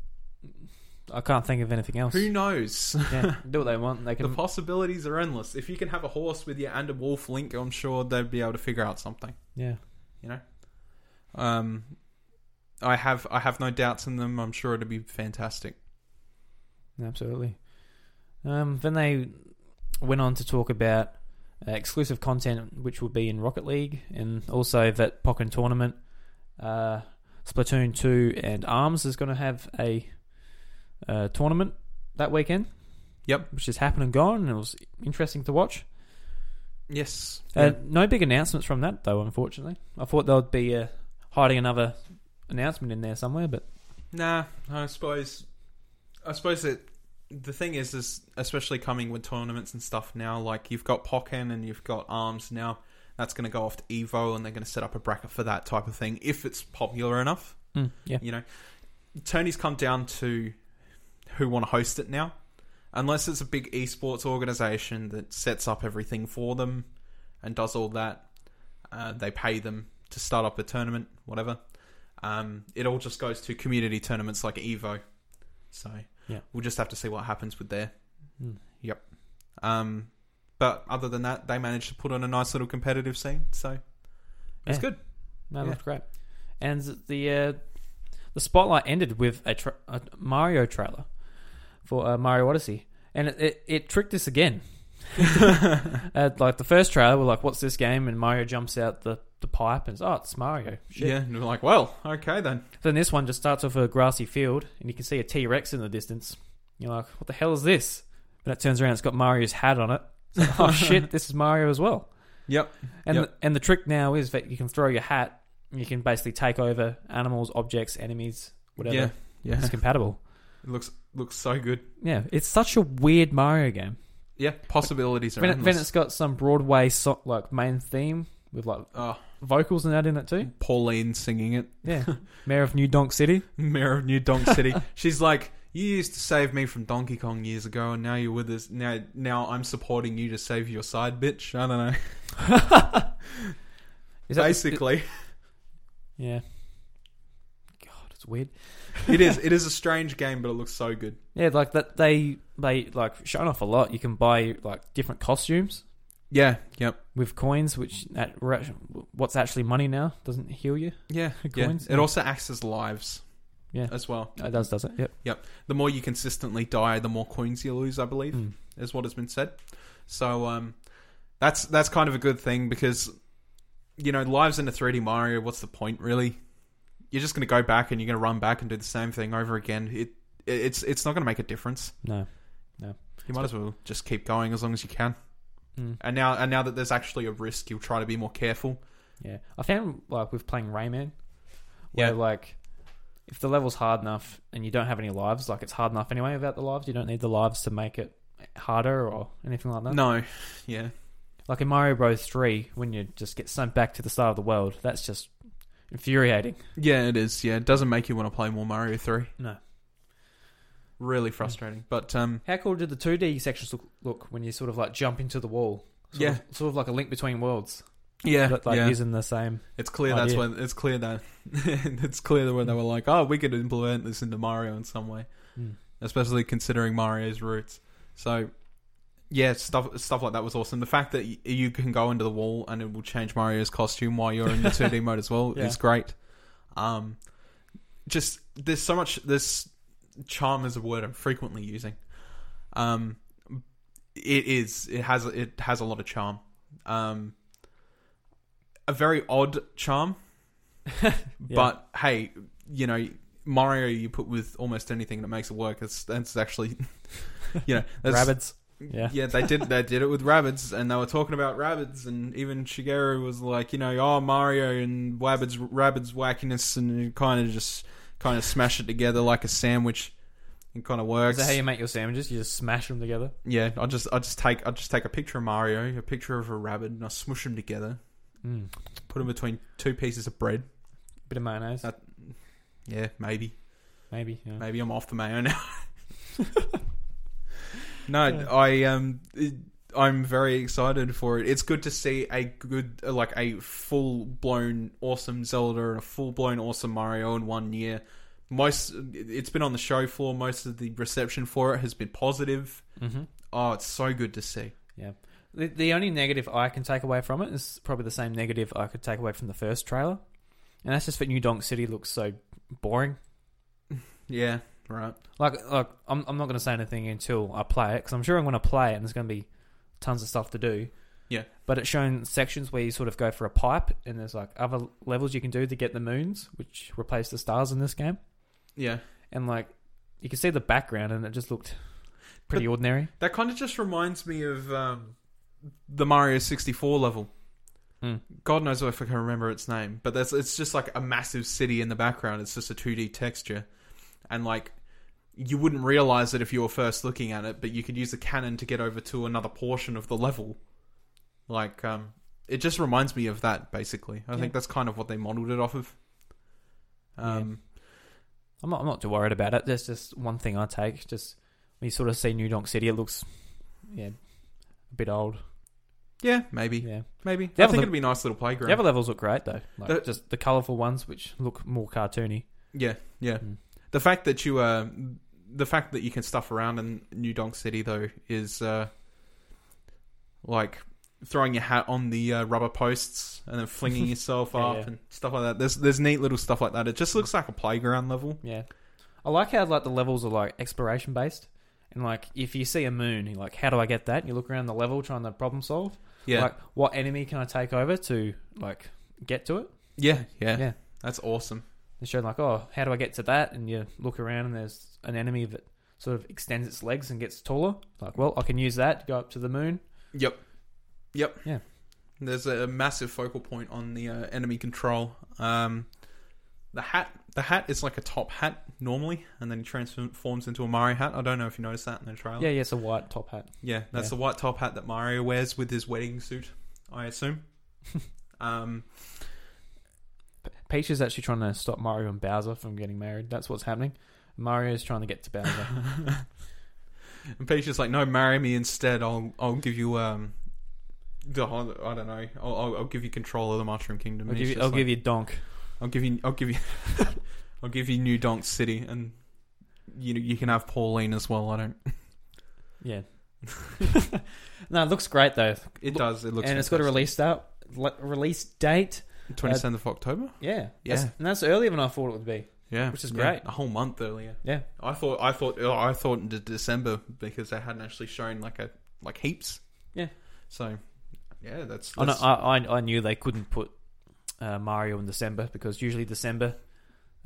S3: I can't think of anything else.
S4: Who knows? (laughs)
S3: yeah, do what they want. They
S4: the
S3: can.
S4: possibilities are endless. If you can have a horse with you and a Wolf Link, I'm sure they'd be able to figure out something.
S3: yeah,
S4: you know. Um, I have I have no doubts in them. I'm sure it'll be fantastic.
S3: absolutely. Um, then they went on to talk about uh, exclusive content, which will be in Rocket League, and also that Pokken Tournament, uh, Splatoon Two, and Arms is going to have a uh, tournament that weekend.
S4: Yep.
S3: which has happened and gone, and it was interesting to watch.
S4: Yes.
S3: Uh, no big announcements from that though, unfortunately. I thought they'd be uh, hiding another announcement in there somewhere, but
S4: nah, I suppose. I suppose that the thing is, is especially coming with tournaments and stuff now. Like you've got Pokken and you've got Arms now. That's going to go off to Evo, and they're going to set up a bracket for that type of thing if it's popular enough.
S3: mm, yeah,
S4: You know, Tony's come down to who want to host it now. Unless it's a big esports organization that sets up everything for them and does all that, uh, they pay them to start up a tournament, whatever. Um, it all just goes to community tournaments like Evo. So
S3: Yeah.
S4: we'll just have to see what happens with there.
S3: Mm.
S4: Yep. Um, but other than that, they managed to put on a nice little competitive scene. So it's
S3: Yeah.
S4: good.
S3: no,
S4: Yeah.
S3: that's great. And the uh, the spotlight ended with a, tra- a Mario trailer for uh, Mario Odyssey, and it, it, it tricked us again. uh, like the first trailer, we're like, "What's this game?" And Mario jumps out the, the pipe and it's, "Oh, it's Mario." Shit.
S4: Yeah. And we're like, well, okay then.
S3: Then this one just starts off a grassy field, and you can see a T Rex in the distance. You're like, what the hell is this? But it turns around, it's got Mario's hat on it. It's like,
S4: (laughs)
S3: oh shit, this is Mario as well.
S4: Yep.
S3: And
S4: Yep.
S3: the, and the trick now is that you can throw your hat, and you can basically take over animals, objects, enemies, whatever.
S4: Yeah. Yeah.
S3: It's compatible.
S4: It looks looks so good.
S3: Yeah, it's such a weird Mario game.
S4: Yeah, possibilities are
S3: Then, it, then
S4: endless.
S3: it's got some Broadway so- like main theme with like
S4: Oh,
S3: vocals and that in it
S4: (laughs)
S3: too.
S4: Pauline singing it. (laughs)
S3: Yeah, Mayor of New Donk City.
S4: Mayor of New Donk City. She's like, "You used to save me from Donkey Kong years ago, and now you're with us. Now, now I'm supporting you to save your side, bitch." I don't know.
S3: Is that-
S4: Basically,
S3: yeah. God, it's weird.
S4: it is. It is a strange game, but it looks so good.
S3: Yeah, like that they they like showing off a lot. You can buy like different costumes
S4: Yeah. Yep.
S3: with coins, which at, we're actu- what's actually money now doesn't heal you.
S4: Yeah. yeah.
S3: Coins,
S4: It
S3: yeah.
S4: also acts as lives.
S3: Yeah.
S4: As well.
S3: It does, does it? Yep.
S4: Yep. The more you consistently die, the more coins you lose, I believe,
S3: Mm.
S4: is what has been said. So um, that's that's kind of a good thing because you know, lives in a 3D Mario, what's the point really? You're just going to go back and you're going to run back and do the same thing over again. It it's it's not going to make a difference.
S3: No.
S4: You might as well just keep going as long as you can.
S3: Hmm.
S4: And now, and now that there's actually a risk, you'll try to be more careful.
S3: Yeah, I found like with playing Rayman, where
S4: Yeah.
S3: like if the level's hard enough and you don't have any lives, like it's hard enough anyway without the lives. You don't need the lives to make it harder or anything like that.
S4: No, yeah,
S3: Like in Mario Bros. Three, when you just get sent back to the start of the world, that's just infuriating.
S4: yeah, it is. Yeah, it doesn't make you want to play more Mario Three.
S3: No.
S4: Really
S3: Hmm.
S4: frustrating. But um,
S3: How cool did the two D sections look, look when you sort of like jump into the wall? Sort
S4: Yeah.
S3: of, sort of like a link between
S4: (laughs)
S3: worlds.
S4: yeah,
S3: but, like
S4: yeah.
S3: using the same.
S4: It's clear that's
S3: idea.
S4: when it's clear that (laughs) it's clear that when they were like, oh, we could implement this into Mario in some way,
S3: Mm.
S4: especially considering Mario's roots. So yeah, stuff stuff like that was awesome. The fact that y- you can go into the wall and it will change Mario's costume while you're in the 2D mode as well
S3: Yeah.
S4: is great. Um, just there's so much this charm is a word I'm frequently using. Um, it is it has it has a lot of charm. Um, a very odd charm. But hey, you know, Mario you put with almost anything and it makes it work. It's that's actually (laughs) you know, that's,
S3: Rabbits. Yeah.
S4: Yeah, they did they did it with rabbits and they were talking about rabbits and even Shigeru was like, you know, oh Mario and rabbits rabbits wackiness and kind of just kind of smash it together like a sandwich. It kind of works.
S3: Is that how you make your sandwiches? You just smash them together.
S4: yeah, I just I just take I just take a picture of Mario, a picture of a rabbit, and I smush them together,
S3: Mm.
S4: put them between two pieces of bread.
S3: Bit of mayonnaise,
S4: That- Yeah, maybe.
S3: maybe. Yeah.
S4: Maybe I'm off the mayo now. (laughs) no, I um, it- I'm very excited for it. It's good to see a good, like a full blown awesome Zelda and a full blown awesome Mario in one year. Most, it's been on the show floor. Most of the reception for it has been positive.
S3: Mm-hmm.
S4: Oh, it's so good to see.
S3: Yeah. The, the only negative I can take away from it is probably the same negative I could take away from the first trailer. And that's just that New Donk City looks so boring.
S4: Yeah, right.
S3: Like, like I'm, I'm not going to say anything until I play it because I'm sure I'm going to play it and there's going to be tons of stuff to do.
S4: Yeah.
S3: But it's shown sections where you sort of go for a pipe and there's like other levels you can do to get the moons, which replace the stars in this game.
S4: Yeah,
S3: And like, you can see the background and it just looked pretty ordinary.
S4: that kind of just reminds me of um, the Mario 64 level.
S3: Mm.
S4: God knows if I can remember its name, but that's it's just like a massive city in the background. It's just a 2D texture, and like you wouldn't realize it if you were first looking at it, but you could use the cannon to get over to another portion of the level. Like, um, it just reminds me of that. Basically, I
S3: Yeah.
S4: think that's kind of what they modeled it off of. Um,
S3: I'm not, I'm not too worried about it. That's just one thing I take. Just when you sort of see New Donk City, it looks, yeah, a bit old.
S4: yeah, maybe,
S3: Yeah,
S4: maybe.
S3: The
S4: I
S3: other
S4: think
S3: le-
S4: it'd be a nice little playground.
S3: the other levels look great though. Like
S4: The-
S3: just the colourful ones, which look more cartoony.
S4: Yeah, yeah.
S3: Mm.
S4: The fact that you uh, the fact that you can stuff around in New Donk City though is uh, like throwing your hat on the uh, rubber posts and
S3: (laughs)
S4: then flinging yourself
S3: Yeah,
S4: up
S3: yeah.
S4: and stuff like that. There's there's neat little stuff like that. It just looks like a playground level.
S3: Yeah, I like how like the levels are like exploration based, and like if you see a moon, you're like, how do I get that? And you look around the level trying to problem solve.
S4: Yeah,
S3: like what enemy can I take over to like get to it?
S4: yeah, yeah,
S3: Yeah.
S4: That's awesome.
S3: and showed like, oh, how do I get to that? And you look around and there's an enemy that sort of extends its legs and gets taller. Like, well, I can use that to go up to the moon.
S4: Yep, yep.
S3: Yeah.
S4: There's a massive focal point on the uh, enemy control. Um, the hat, the hat is like a top hat normally, and then it transforms into a Mario hat. I don't know if you noticed that in the trailer.
S3: Yeah, yeah, it's a white top hat.
S4: Yeah, that's
S3: Yeah.
S4: the white top hat that Mario wears with his wedding suit, I assume.
S3: (laughs)
S4: um,
S3: P- Peach is actually trying to stop Mario and Bowser from getting married. That's what's happening. Mario's trying to get to
S4: (laughs)
S3: Bowser.
S4: and Peach is like, "No, marry me instead. I'll I'll give you um, the whole- I don't know. I'll, I'll, I'll give you control of the Mushroom Kingdom."
S3: I'll
S4: And
S3: give
S4: he's
S3: you,
S4: just
S3: I'll
S4: like,
S3: give you donk.
S4: I'll give you. I'll give you. (laughs) I'll give you New Donk City, and you know you can have Pauline as well. I don't. (laughs)
S3: Yeah. (laughs) no, it looks great though, Look-
S4: It does. It looks.
S3: and it's got a release date. le- Release date.
S4: twenty seventh of October.
S3: Yeah.
S4: Yeah.
S3: That's- and that's earlier than I thought it would be.
S4: Yeah,
S3: Which is
S4: yeah,
S3: great.
S4: A whole month earlier.
S3: Yeah.
S4: I thought. I thought. oh, I thought into December because they hadn't actually shown like a like heaps.
S3: Yeah. Oh,
S4: So, yeah, that's.
S3: I, know,
S4: that's-
S3: I, I I knew they couldn't put uh, Mario in December because usually December,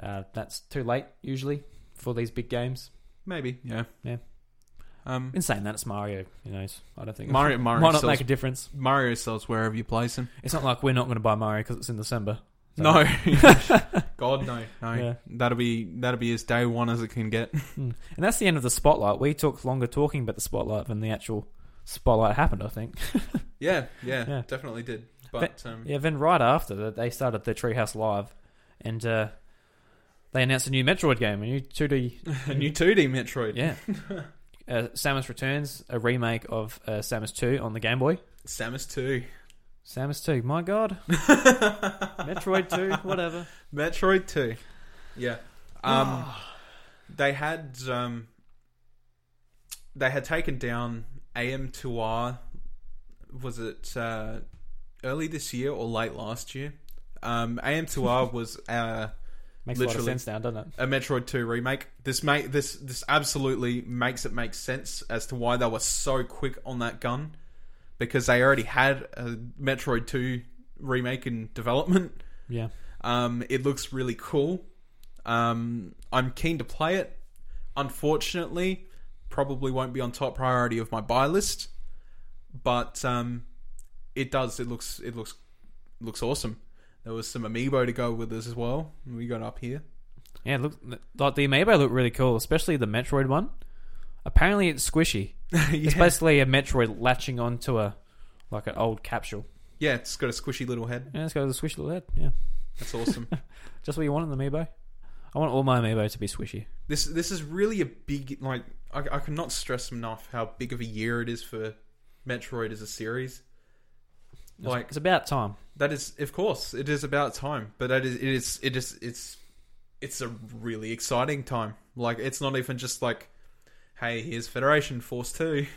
S3: uh, that's too late usually for these big games.
S4: maybe. Yeah.
S3: Yeah.
S4: Um,
S3: In saying that, it's Mario. You know, it's- I don't think
S4: Mario-
S3: (laughs)
S4: Mario
S3: might not
S4: sells-
S3: make a difference.
S4: Mario sells wherever you place him.
S3: It's not like we're not going to buy Mario because it's in December. So-
S4: No,
S3: (laughs)
S4: God, no, no.
S3: Yeah.
S4: That'll be that'll be as day one as it can get.
S3: And that's the end of the spotlight. We took longer talking about the spotlight than the actual spotlight happened. I think.
S4: yeah, yeah,
S3: Yeah.
S4: definitely did. But um,
S3: Yeah, then right after that, they started the Treehouse Live, and uh, they announced a new Metroid game, a new 2D.
S4: (laughs) a new 2D Metroid.
S3: Yeah. (laughs) Uh, Samus Returns, a remake of uh, Samus 2 on the Game Boy.
S4: Samus 2.
S3: Samus 2, my god.
S4: (laughs)
S3: Metroid 2, whatever.
S4: Metroid 2. Yeah. Um,
S3: Ah.
S4: they had um, they had taken down AM2R. Was it uh, early this year or late last year? Um, AM2R (laughs) was uh,
S3: Makes a lot of
S4: Literally.
S3: sense now, doesn't it?
S4: a Metroid 2 remake. This make this this absolutely makes it make sense as to why they were so quick on that gun because they already had a Metroid 2 remake in development.
S3: Yeah.
S4: Um, it looks really cool. Um, I'm keen to play it. Unfortunately, probably won't be on top priority of my buy list, but um, it does. It looks it looks looks awesome. There was some amiibo to go with this as well. We got up here. (laughs)
S3: Yeah, look, like the Amiibo look really cool, especially the Metroid one. Apparently, it's squishy. It's
S4: yeah.
S3: basically a Metroid latching onto a like an old capsule.
S4: yeah, it's got a squishy little head.
S3: Yeah, it's got the swish little head. Yeah,
S4: That's awesome.
S3: just what you want in the Amiibo. I want all my Amiibo to be swishy.
S4: this this is really a big like I, I cannot stress enough how big of a year it is for Metroid as a series.
S3: It's-
S4: Like
S3: it's about time.
S4: That is, of course, it is about time, but it is, it is, it is, it's, it's a really exciting time. Like, it's not even just like, hey, here's Federation Force Two. (laughs)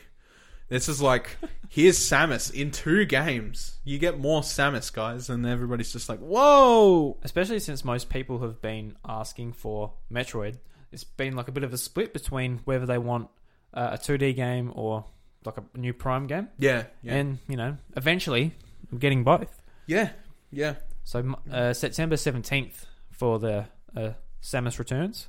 S4: This is like, here's Samus in two games. You get more Samus, guys, and everybody's just like, whoa.
S3: especially since most people have been asking for Metroid, it's been like a bit of a split between whether they want uh, a 2D game or like a new Prime game.
S4: Yeah, yeah,
S3: And, you know, eventually I'm getting both.
S4: yeah, yeah.
S3: So m- uh, September 17th for the uh, Samus Returns.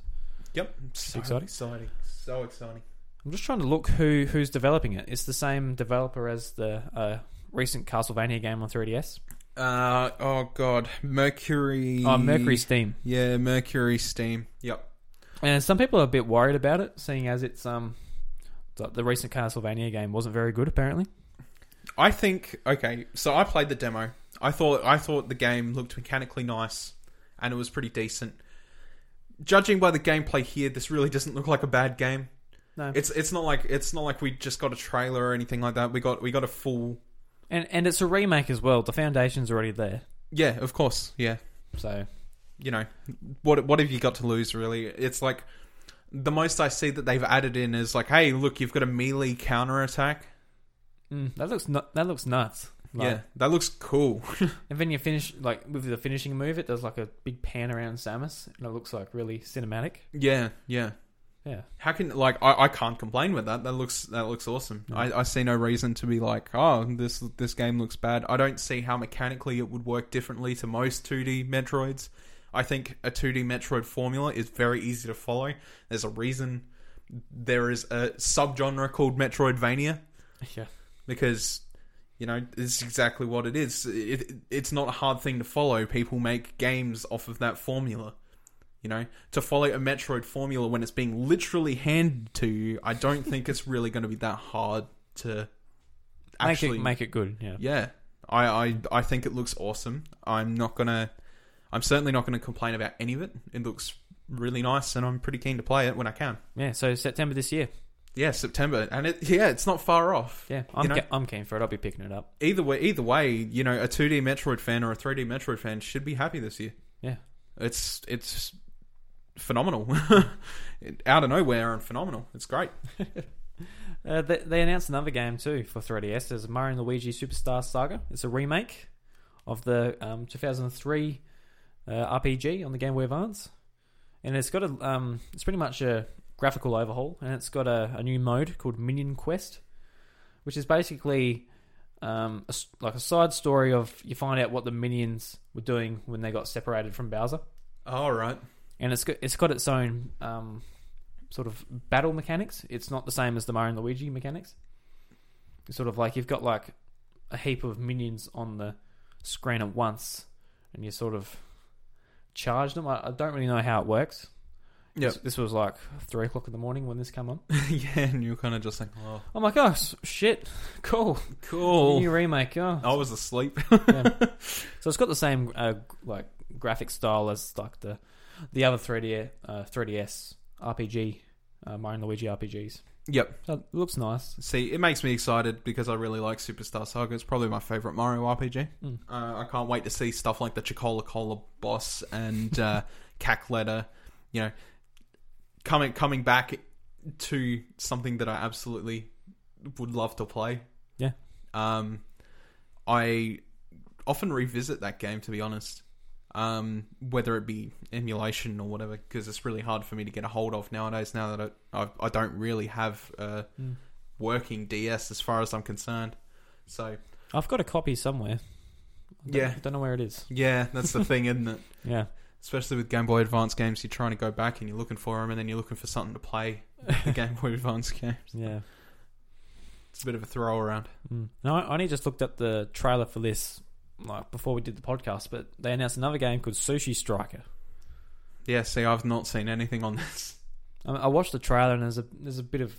S4: Yep, so
S3: exciting.
S4: exciting, so exciting.
S3: I'm just trying to look who who's developing it. It's the same developer as the uh, recent Castlevania game on 3DS.
S4: Uh oh, god, Mercury.
S3: Oh, Mercury Steam.
S4: Yeah, Mercury Steam. Yep.
S3: And some people are a bit worried about it, seeing as it's um the, the recent Castlevania game wasn't very good apparently.
S4: I think okay, so I played the demo. I thought I thought the game looked mechanically nice and it was pretty decent. Judging by the gameplay here, this really doesn't look like a bad game.
S3: No.
S4: It's it's not like it's not like we just got a trailer or anything like that. We got we got a full
S3: And and it's a remake as well. The foundation's already there.
S4: Yeah, of course. Yeah.
S3: So
S4: you know, what what have you got to lose really? It's like the most I see that they've added in is like, hey, look, you've got a melee counter attack.
S3: mm, that looks nu- that looks nuts. Like,
S4: yeah, that looks cool. (laughs)
S3: And then you finish like with the finishing move, it does like a big pan around Samus, and it looks like really cinematic.
S4: yeah, yeah. (laughs)
S3: Yeah.
S4: How can like I, I can't complain with that. That looks that looks awesome.
S3: Yeah.
S4: I, I see no reason to be like, oh, this this game looks bad. I don't see how mechanically it would work differently to most 2D Metroids. I think a 2D Metroid formula is very easy to follow. There's a reason there is a subgenre called Metroidvania.
S3: Yeah.
S4: because you know it's exactly what it is. It, it, it's not a hard thing to follow. People make games off of that formula. You know, to follow a Metroid formula when it's being literally handed to you, I don't
S3: (laughs)
S4: think it's really going to be that hard to
S3: make
S4: actually
S3: it make it good. Yeah.
S4: yeah, I, I I think it looks awesome. I'm not gonna, I'm certainly not gonna complain about any of it. It looks really nice, and I'm pretty keen to play it when I can.
S3: Yeah. So September this year.
S4: Yeah, September, and it yeah, it's not far off.
S3: Yeah. I'm
S4: You know-
S3: ke- I'm keen for it. I'll be picking it up.
S4: either way, either way, you know, a 2D Metroid fan or a 3D Metroid fan should be happy this year.
S3: Yeah.
S4: It's it's phenomenal, (laughs) It- out of nowhere and phenomenal. It's great.
S3: Uh, they, they announced another game too for 3DS. There's Mario and Luigi Superstar Saga. It's a remake of the um, 2003 uh, RPG on the Game Boy Advance, and it's got a um, it's pretty much a graphical overhaul, and it's got a, a new mode called Minion Quest, which is basically um, a s like a side story of you find out what the minions were doing when they got separated from Bowser
S4: All right, (laughs)
S3: and it's got, it's got its own um, sort of battle mechanics. It's not the same as the Mario and Luigi mechanics. It's sort of like you've got like a heap of minions on the screen at once, and you sort of charge them. I, I don't really know how it works.
S4: Yep.
S3: This, this was like three o'clock in the morning when this came on.
S4: yeah, and you're kind of just like, oh,
S3: Oh my gosh, shit, (laughs) cool,
S4: cool.
S3: new remake. Oh,
S4: I was (laughs) asleep.
S3: So it's got the same uh, like graphic style as like the the other 3D uh, 3DS RPG uh, Mario and Luigi RPGs.
S4: yep.
S3: So it looks nice.
S4: See, it makes me excited because I really like Superstar Saga. It's probably my favorite Mario RPG. Uh, I can't wait to see stuff like the Chicola Cola boss and uh, Cack Letter. You know, coming coming back to something that I absolutely would love to play.
S3: Yeah.
S4: Um, I often revisit that game to be honest. Um, whether it be emulation or whatever, because it's really hard for me to get a hold of nowadays. Now that I I, I don't really have a working DS as far as I'm concerned, so
S3: I've got a copy somewhere. I don't-
S4: Yeah.
S3: I don't know where it is.
S4: yeah, that's the thing, isn't it?
S3: Yeah,
S4: (laughs) Especially with Game Boy Advance games, you're trying to go back and you're looking for them, and then you're looking for something to play. (laughs) with the Game Boy Advance game.
S3: yeah.
S4: It's a bit of a throw around.
S3: Mm. No, I only just looked at the trailer for this like before we did the podcast, but they announced another game called Sushi Striker.
S4: Yeah, see, I've not seen anything on this.
S3: I, I watched the trailer and there's a there's a bit of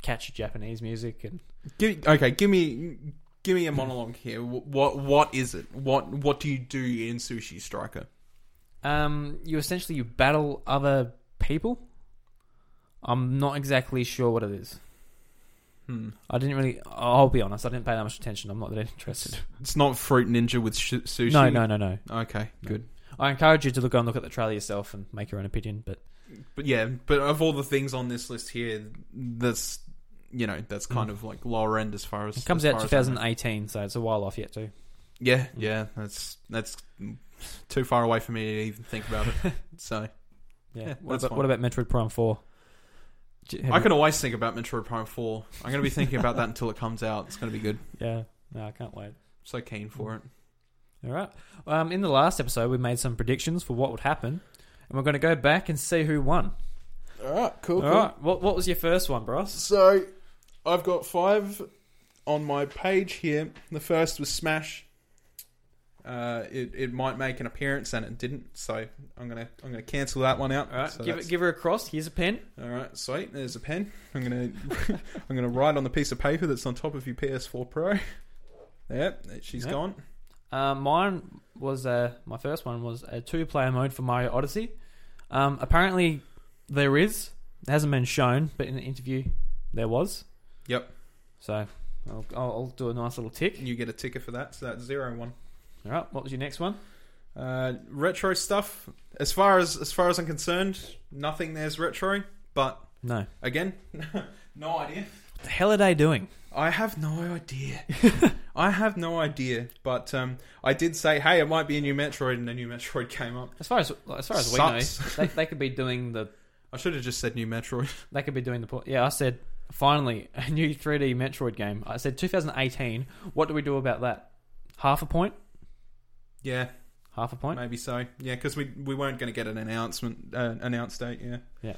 S3: catchy Japanese music and
S4: Give, okay, give me give me a monologue here. Wh- What what is it? What what do you do in Sushi Striker?
S3: Um, you essentially you battle other people. I'm not exactly sure what it is.
S4: Hmm.
S3: I didn't really. I'll be honest. I didn't pay that much attention. I'm not that interested.
S4: It's not Fruit Ninja with sh- sushi.
S3: No, no, no, no.
S4: Okay, good.
S3: I encourage you to look go and look at the trailer yourself and make your own opinion. But
S4: But yeah, but of all the things on this list here, that's you know that's kind of like lower end as far as
S3: Mm. it comes
S4: as
S3: out Mm.
S4: far as I know.
S3: 2018, so it's a while off yet too.
S4: Yeah, yeah, that's that's too far away for me to even think
S3: (laughs)
S4: about it. So
S3: Yeah.
S4: Yeah,
S3: what
S4: that's
S3: about
S4: fine.
S3: what about Metroid Prime Four? J- have
S4: I
S3: you-
S4: can always think about Metroid Prime Four. I'm going to be thinking about that until it comes out. It's going to be good.
S3: Yeah. No, I can't wait.
S4: So keen for it.
S3: All right. Um, in the last episode, we made some predictions for what would happen, and we're going to go back and see who won.
S4: All right, cool.
S3: All right. What What was your first one, Bros?
S4: So I've got five on my page here. The first was Smash. Uh, it, it might make an appearance and it didn't, so I'm gonna I'm gonna cancel that one out.
S3: All right,
S4: So
S3: give,
S4: that's-
S3: it, give her a cross. Here's a pen.
S4: All right, sweet. There's a pen. I'm gonna (laughs) I'm gonna write on the piece of paper that's on top of your PS4 Pro. Yep, she's
S3: Yep.
S4: gone.
S3: Uh, mine was uh, my first one was a two-player mode for Mario Odyssey. Um, apparently, there is. It hasn't been shown, but in the interview, there was.
S4: Yep,
S3: So I'll, I'll, I'll do a nice little tick.
S4: you get a ticker for that. So that's zero one.
S3: All right. What was your next one?
S4: Uh, retro stuff. As far as as far as I'm concerned, nothing there's retro. But
S3: No.
S4: again, (laughs) no idea.
S3: What the hell are they doing?
S4: I have
S3: (laughs)
S4: no idea. I have no idea. But um, I did say, hey, it might be a new Metroid, and a new Metroid came up.
S3: As far as as far as
S4: Sucks.
S3: we know, they, they could be doing the
S4: I should have just said new Metroid. (laughs)
S3: they could be doing the port. Yeah, I said finally a new 3D Metroid game. I said 2018. What do we do about that? Half a point.
S4: yeah,
S3: Half a point.
S4: maybe so. Yeah, because we we weren't going to get an announcement uh, announce date. Yeah.
S3: Yeah.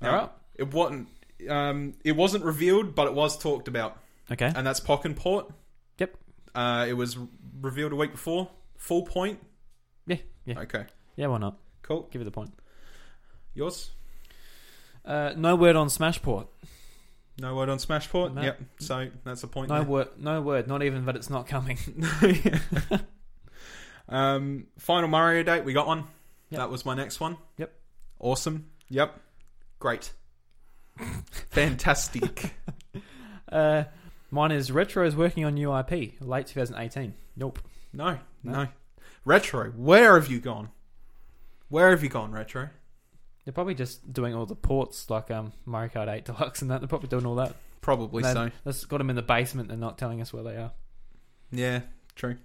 S4: Now,
S3: All right.
S4: It wasn't. Um, it wasn't revealed, but it was talked about,
S3: Okay.
S4: and that's Pokken Port.
S3: Yep.
S4: Uh, it was revealed a week before. Full point.
S3: Yeah. Yeah.
S4: Okay.
S3: Yeah. Why not?
S4: Cool.
S3: Give it the point.
S4: Yours?
S3: Uh, no word on Smashport.
S4: No word on Smashport.
S3: No.
S4: Yep. So that's a point.
S3: No
S4: there.
S3: word. No word. Not even that it's not coming. (laughs)
S4: (laughs) um, final Mario date. We got one.
S3: Yep.
S4: That was my next one.
S3: Yep.
S4: Awesome. Yep.
S3: (laughs)
S4: Great. Fantastic.
S3: Uh, mine is Retro is working on new IP late 2018. Nope.
S4: No,
S3: No.
S4: no, Retro. Where have you gone? Where have you gone, Retro?
S3: They're probably just doing all the ports like um Mario Kart 8 Deluxe and that. They're probably doing all that.
S4: Probably
S3: They-
S4: so.
S3: That's got them in the basement and not telling us where they are.
S4: Yeah, true.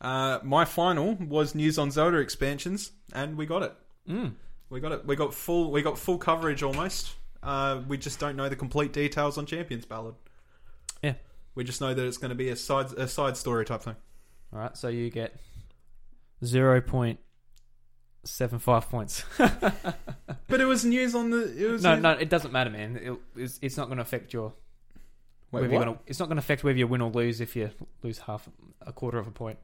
S4: Uh, my final was news on Zelda expansions, and we got it.
S3: Mm.
S4: We got it. We got full. We got full coverage almost. Uh, we just don't know the complete details on Champions Ballad.
S3: Yeah.
S4: We just know that it's going to be a side a side story type thing.
S3: All right. So you get zero point seven five points. (laughs)
S4: But it was news on the. It was
S3: no,
S4: news-
S3: no, it doesn't matter, man. It, it's, it's not going to affect your.
S4: Wait,
S3: whether
S4: what?
S3: you're gonna, it's not going to affect whether you win or lose if you lose half a quarter of a point.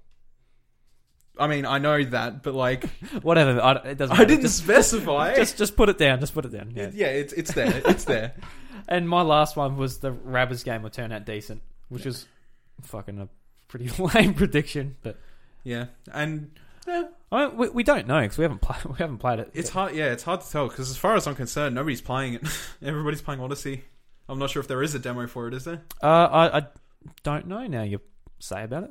S4: I mean, I know that, but like,
S3: Whatever, (laughs) I, it doesn't.
S4: I
S3: Matter.
S4: didn't
S3: Just,
S4: specify.
S3: (laughs) just just put it down. Just put it down. Yeah.
S4: yeah, it's it's there. It's there.
S3: And my last one was the Rabbits game will turn out decent, which is fucking a pretty (laughs) lame prediction, but
S4: yeah, and
S3: I mean, we, we don't know because we haven't played (laughs) we haven't played it.
S4: It's hard. Yeah, it's hard to tell because as far as I'm concerned, nobody's playing it. (laughs) Everybody's playing Odyssey. I'm not sure if there is a demo for it. Is there?
S3: uh, I I don't know now. You say about it?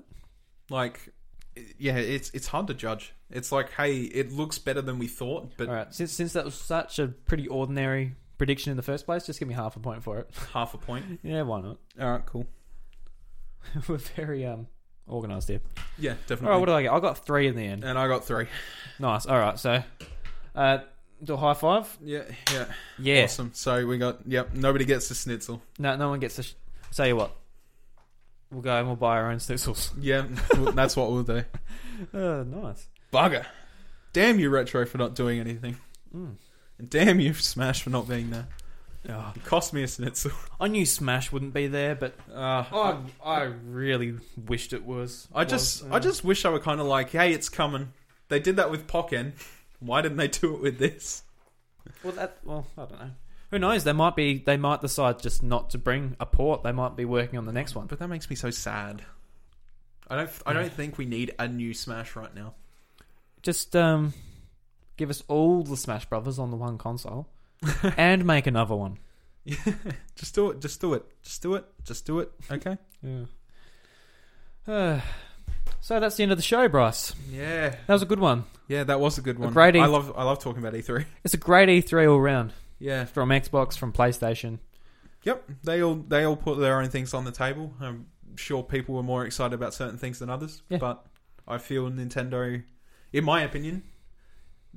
S4: Like, i- yeah, it's it's hard to judge. It's like, hey, it looks better than we thought, but
S3: All right. Since since that was such a pretty ordinary prediction in the first place, just give me half a point for it. (laughs)
S4: half a point.
S3: yeah, why not?
S4: All right, cool.
S3: (laughs) We're very um organized here.
S4: Yeah,
S3: All right,
S4: definitely.
S3: what do I get? I got three in the end.
S4: and I got three.
S3: Nice. All right, so uh, do a high five.
S4: Yeah, yeah,
S3: Yeah.
S4: Awesome. So we got. Yep. Nobody gets the schnitzel.
S3: No, no one gets to. Sh- tell you what, we'll go and we'll buy our own (laughs) stizzles.
S4: (laughs) Yeah, that's what we'll do.
S3: Uh, nice.
S4: Bugger. Damn you, retro, for not doing anything.
S3: Mm.
S4: And damn you, Smash, for not being there.
S3: Oh,
S4: It cost me a (laughs) schnitzel.
S3: I knew Smash wouldn't be there, but
S4: Uh,
S3: I I really wished it was.
S4: I just
S3: was, uh,
S4: I just wish I were kind of like, hey, it's coming. They did that with Pokken. Why didn't they (laughs) do it with this?
S3: well that well I don't know. Who knows? They might be. They might decide just not to bring a port. They might be working on the next one.
S4: But that makes me so sad. I don't I don't think we need a new Smash right now.
S3: Just um, give us all the Smash Brothers on the one (laughs) console, and make another one.
S4: Just do it. Just do it. Just do it. Just do it. (laughs) Okay.
S3: Yeah. Uh, (sighs) so that's the end of the show, Bryce.
S4: Yeah.
S3: That was a good one.
S4: Yeah, that was a good one.
S3: great E-
S4: I love I love talking about E3.
S3: It's a great E3 all round.
S4: (laughs) Yeah.
S3: From Xbox, from PlayStation.
S4: Yep. They all they all put their own things on the table. I'm sure people were more excited about certain things than others,
S3: Yeah.
S4: but I feel Nintendo, in my opinion,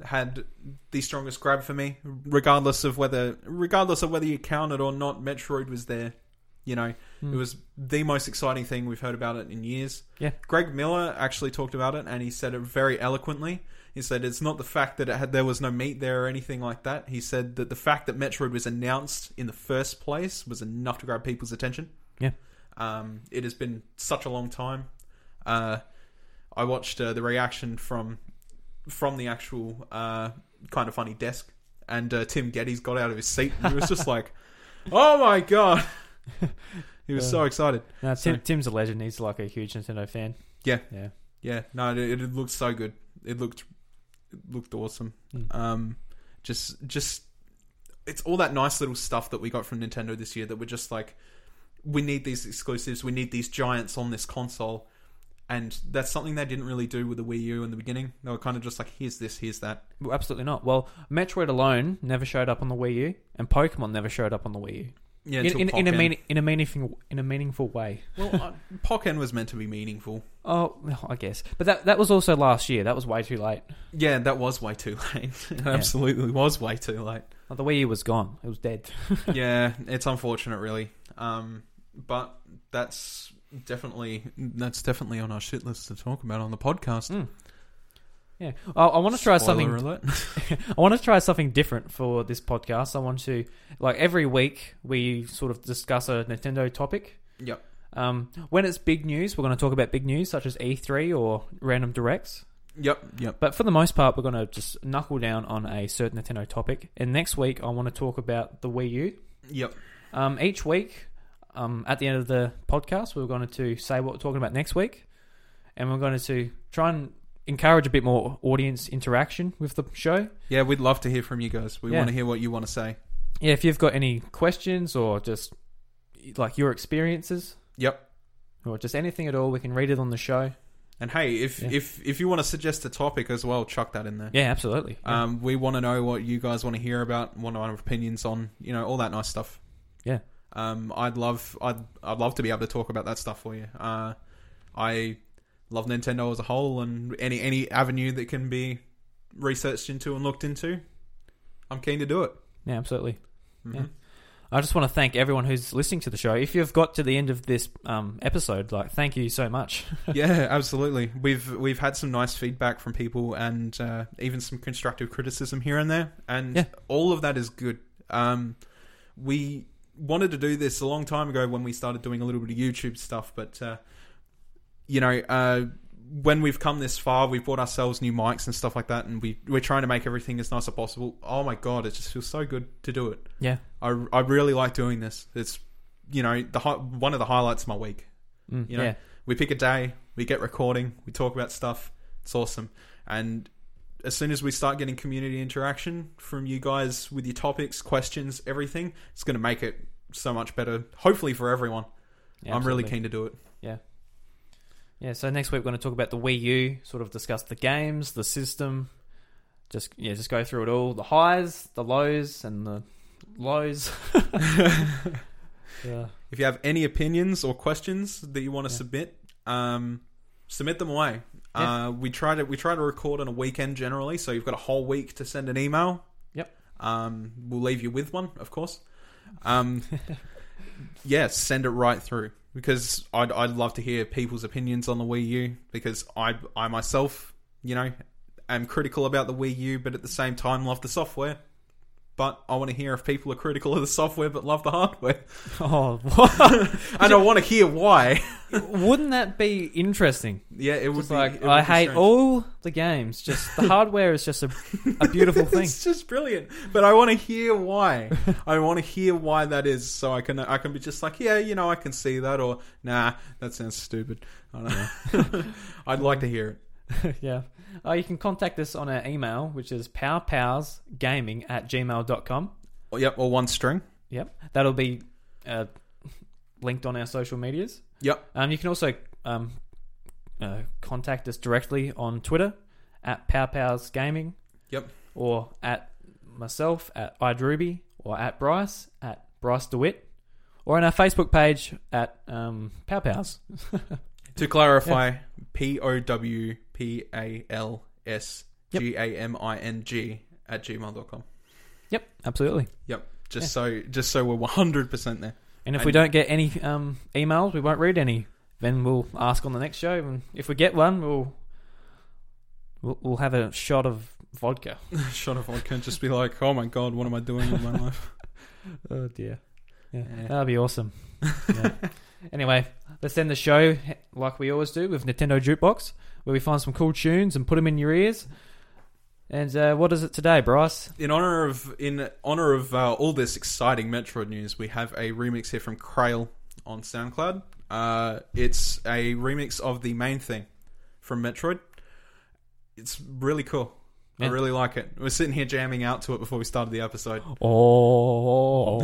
S4: had the strongest grab for me, regardless of whether regardless of whether you count it or not. Metroid was there. You know,
S3: Hmm.
S4: it was the most exciting thing we've heard about it in years.
S3: Yeah.
S4: Greg Miller actually talked about it, and he said it very eloquently. He said it's not the fact that it had there was no meat there or anything like that. He said that the fact that Metroid was announced in the first place was enough to grab people's attention.
S3: Yeah.
S4: Um, it has been such a long time. Uh, I watched uh, the reaction from from the actual uh, kind of funny desk, and uh, Tim Geddes got out of his seat. and He was just like, "Oh my god!" he was so excited.
S3: No,
S4: So-
S3: Tim, Tim's a legend. He's like a huge Nintendo fan.
S4: Yeah.
S3: Yeah.
S4: Yeah, no, it, it looked so good. It looked it looked awesome.
S3: Mm.
S4: Um, just just it's all that nice little stuff that we got from Nintendo this year that we're just like, we need these exclusives. We need these giants on this console. And that's something they didn't really do with the Wii U in the beginning. They were kind of just like, here's this, here's that.
S3: Well, Absolutely not. Well, Metroid alone never showed up on the Wii U, and Pokemon never showed up on the Wii U.
S4: Yeah,
S3: In,
S4: until
S3: in, in a
S4: Pokken. (laughs)
S3: mean, in a meaningful in a meaningful way.
S4: Well, uh, Pokken was meant to be meaningful.
S3: Oh, I guess. But that that was also last year. That was way too late.
S4: Yeah, that was way too late. (laughs) it absolutely was way too late.
S3: Like, the Wii U was gone. It was dead.
S4: yeah, it's unfortunate, really. Um, but that's definitely that's definitely on our shit list to talk about on the podcast.
S3: Mm. Yeah. Oh, I, I want to try something.
S4: Spoiler alert.
S3: (laughs) I want to try something different for this podcast. I want to like every week we sort of discuss a Nintendo topic.
S4: yep.
S3: Um, when it's big news, we're going to talk about big news such as E3 or random directs.
S4: Yep. Yep.
S3: But for the most part, we're going to just knuckle down on a certain Nintendo topic. And next week, I want to talk about the Wii U.
S4: Yep.
S3: Um, each week, um, at the end of the podcast, we're going to say what we're talking about next week, and we're going to try and encourage a bit more audience interaction with the show.
S4: Yeah, we'd love to hear from you guys. We
S3: Yeah.
S4: want to hear what you want to say.
S3: Yeah, if you've got any questions or just like your experiences
S4: Yep.
S3: or just anything at all, we can read it on the show.
S4: And hey, if
S3: Yeah.
S4: if if you want to suggest a topic as well, chuck that in there.
S3: Yeah, absolutely. Yeah.
S4: Um, we want to know what you guys want to hear about, want our opinions on, you know, all that nice stuff.
S3: Yeah.
S4: Um, I'd love, I'd, I'd love to be able to talk about that stuff for you. Uh, I love Nintendo as a whole, and any any avenue that can be researched into and looked into, I'm keen to do it.
S3: yeah, absolutely.
S4: Mhm.
S3: Yeah. I just want to thank everyone who's listening to the show. If you've got to the end of this um, episode, like, thank you so much. (laughs)
S4: yeah, absolutely. We've we've had some nice feedback from people, and uh, even some constructive criticism here and there, and
S3: Yeah.
S4: all of that is good. Um, we wanted to do this a long time ago when we started doing a little bit of YouTube stuff, but uh, you know, uh, when we've come this far, we've bought ourselves new mics and stuff like that, and we we're trying to make everything as nice as possible. Oh my god, it just feels so good to do it.
S3: yeah.
S4: I I really like doing this. It's you know the hi- one of the highlights of my week.
S3: Mm,
S4: You know,
S3: yeah.
S4: we pick a day, we get recording, we talk about stuff. It's awesome. And as soon as we start getting community interaction from you guys with your topics, questions, everything, it's going to make it so much better. Hopefully for everyone.
S3: Yeah,
S4: I'm really
S3: absolutely.
S4: keen to do it.
S3: Yeah. Yeah, so next week we're going to talk about the Wii U, sort of discuss the games, the system, just yeah, just go through it all, the highs, the lows and the lows. (laughs) yeah.
S4: If you have any opinions or questions that you want to
S3: Yeah.
S4: submit, um, submit them away.
S3: Yeah.
S4: Uh, we try to we try to record on a weekend generally, so you've got a whole week to send an email.
S3: Yep.
S4: Um, we'll leave you with one, of course.
S3: (laughs)
S4: Um, yeah, send it right through because I'd I'd love to hear people's opinions on the Wii U because I I myself you know am critical about the Wii U, but at the same time love the software. But I want to hear if people are critical of the software but love the hardware. (laughs)
S3: Oh, what? (laughs)
S4: And I want to hear why. (laughs)
S3: wouldn't that be interesting?
S4: Yeah, it was
S3: It's like I hate all the games. Just the hardware is just a, a
S4: (laughs)
S3: beautiful thing.
S4: It's just brilliant, but I want to hear (laughs) why. I want to hear why that is, so I can I can be just like, yeah, you know, I can see that, or nah, that sounds stupid. I don't (laughs) know. I'd like to hear it.
S3: yeah. Uh, you can contact us on our email, which is powerpowsgaming at gmail.com.
S4: Or, Oh, yep, or one string.
S3: Yep. That'll be uh, linked on our social medias.
S4: Yep.
S3: Um, you can also um, uh, contact us directly on Twitter at PowPowsGaming Gaming.
S4: Yep.
S3: Or at myself at iDruby or at Bryce at Bryce DeWitt or on our Facebook page at um, PowPows.
S4: To clarify, P O W P A L S G A M I N G at gmail.com.
S3: (laughs) yep, absolutely.
S4: Yep. Just so just so we're one hundred percent (laughs) there.
S3: And if we don't get any um, emails, we won't read any. Then we'll ask on the next show, and if we get one, we'll we'll, we'll have a shot of vodka.
S4: Shot of vodka and just be like, oh my god, what am I doing (laughs) with my life?
S3: Oh dear. Yeah,
S4: Yeah.
S3: that'd be awesome. (laughs) Yeah. anyway, let's end the show like we always do with Nintendo Jukebox, where we find some cool tunes and put them in your ears. And uh, what is it today, Bryce?
S4: In honor of in honor of uh, all this exciting Metroid news, we have a remix here from Krail on SoundCloud. Uh, it's a remix of the main thing from Metroid. It's really cool. I
S3: Yeah.
S4: really like it. We're sitting here jamming out to it before we started the episode.
S3: Oh,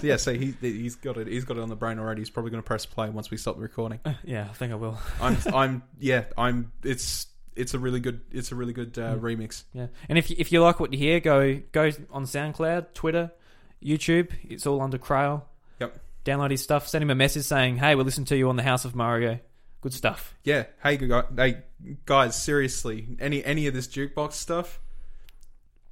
S3: (laughs)
S4: yeah, so he he's got it. He's got it on the brain already. He's probably going to press play once we stop the recording.
S3: yeah, I think I will.
S4: I'm I'm yeah. I'm it's it's a really good it's a really good uh, remix.
S3: Yeah, and if you, if you like what you hear, go go on SoundCloud, Twitter, YouTube. It's all under Krail.
S4: Yep.
S3: Download his stuff. Send him a message saying, "Hey, we listened to you on the House of Mario. Good stuff."
S4: yeah hey gu- gu- hey guys seriously any any of this jukebox stuff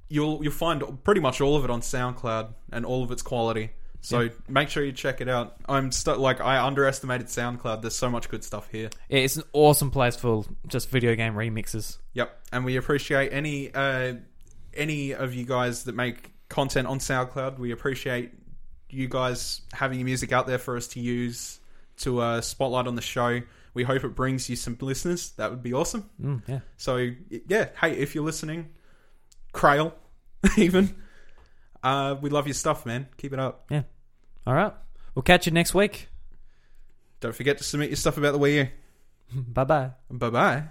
S4: you'll you'll find pretty much all of it on SoundCloud and all of its quality so
S3: Yeah.
S4: make sure you check it out I'm st- like I underestimated SoundCloud there's so much good stuff here
S3: Yeah, It's an awesome place for just video game remixes.
S4: yep and we appreciate any uh any of you guys that make content on SoundCloud we appreciate you guys having your music out there for us to use to uh, spotlight on the show we hope it brings you some listeners that would be awesome
S3: Mm, yeah.
S4: So yeah, hey, if you're listening, Krail, (laughs) even, uh, we love your stuff, man. Keep it up.
S3: Yeah. All right. We'll catch you next week.
S4: Don't forget to submit your stuff about the Wii
S3: Bye bye.
S4: U. Bye bye.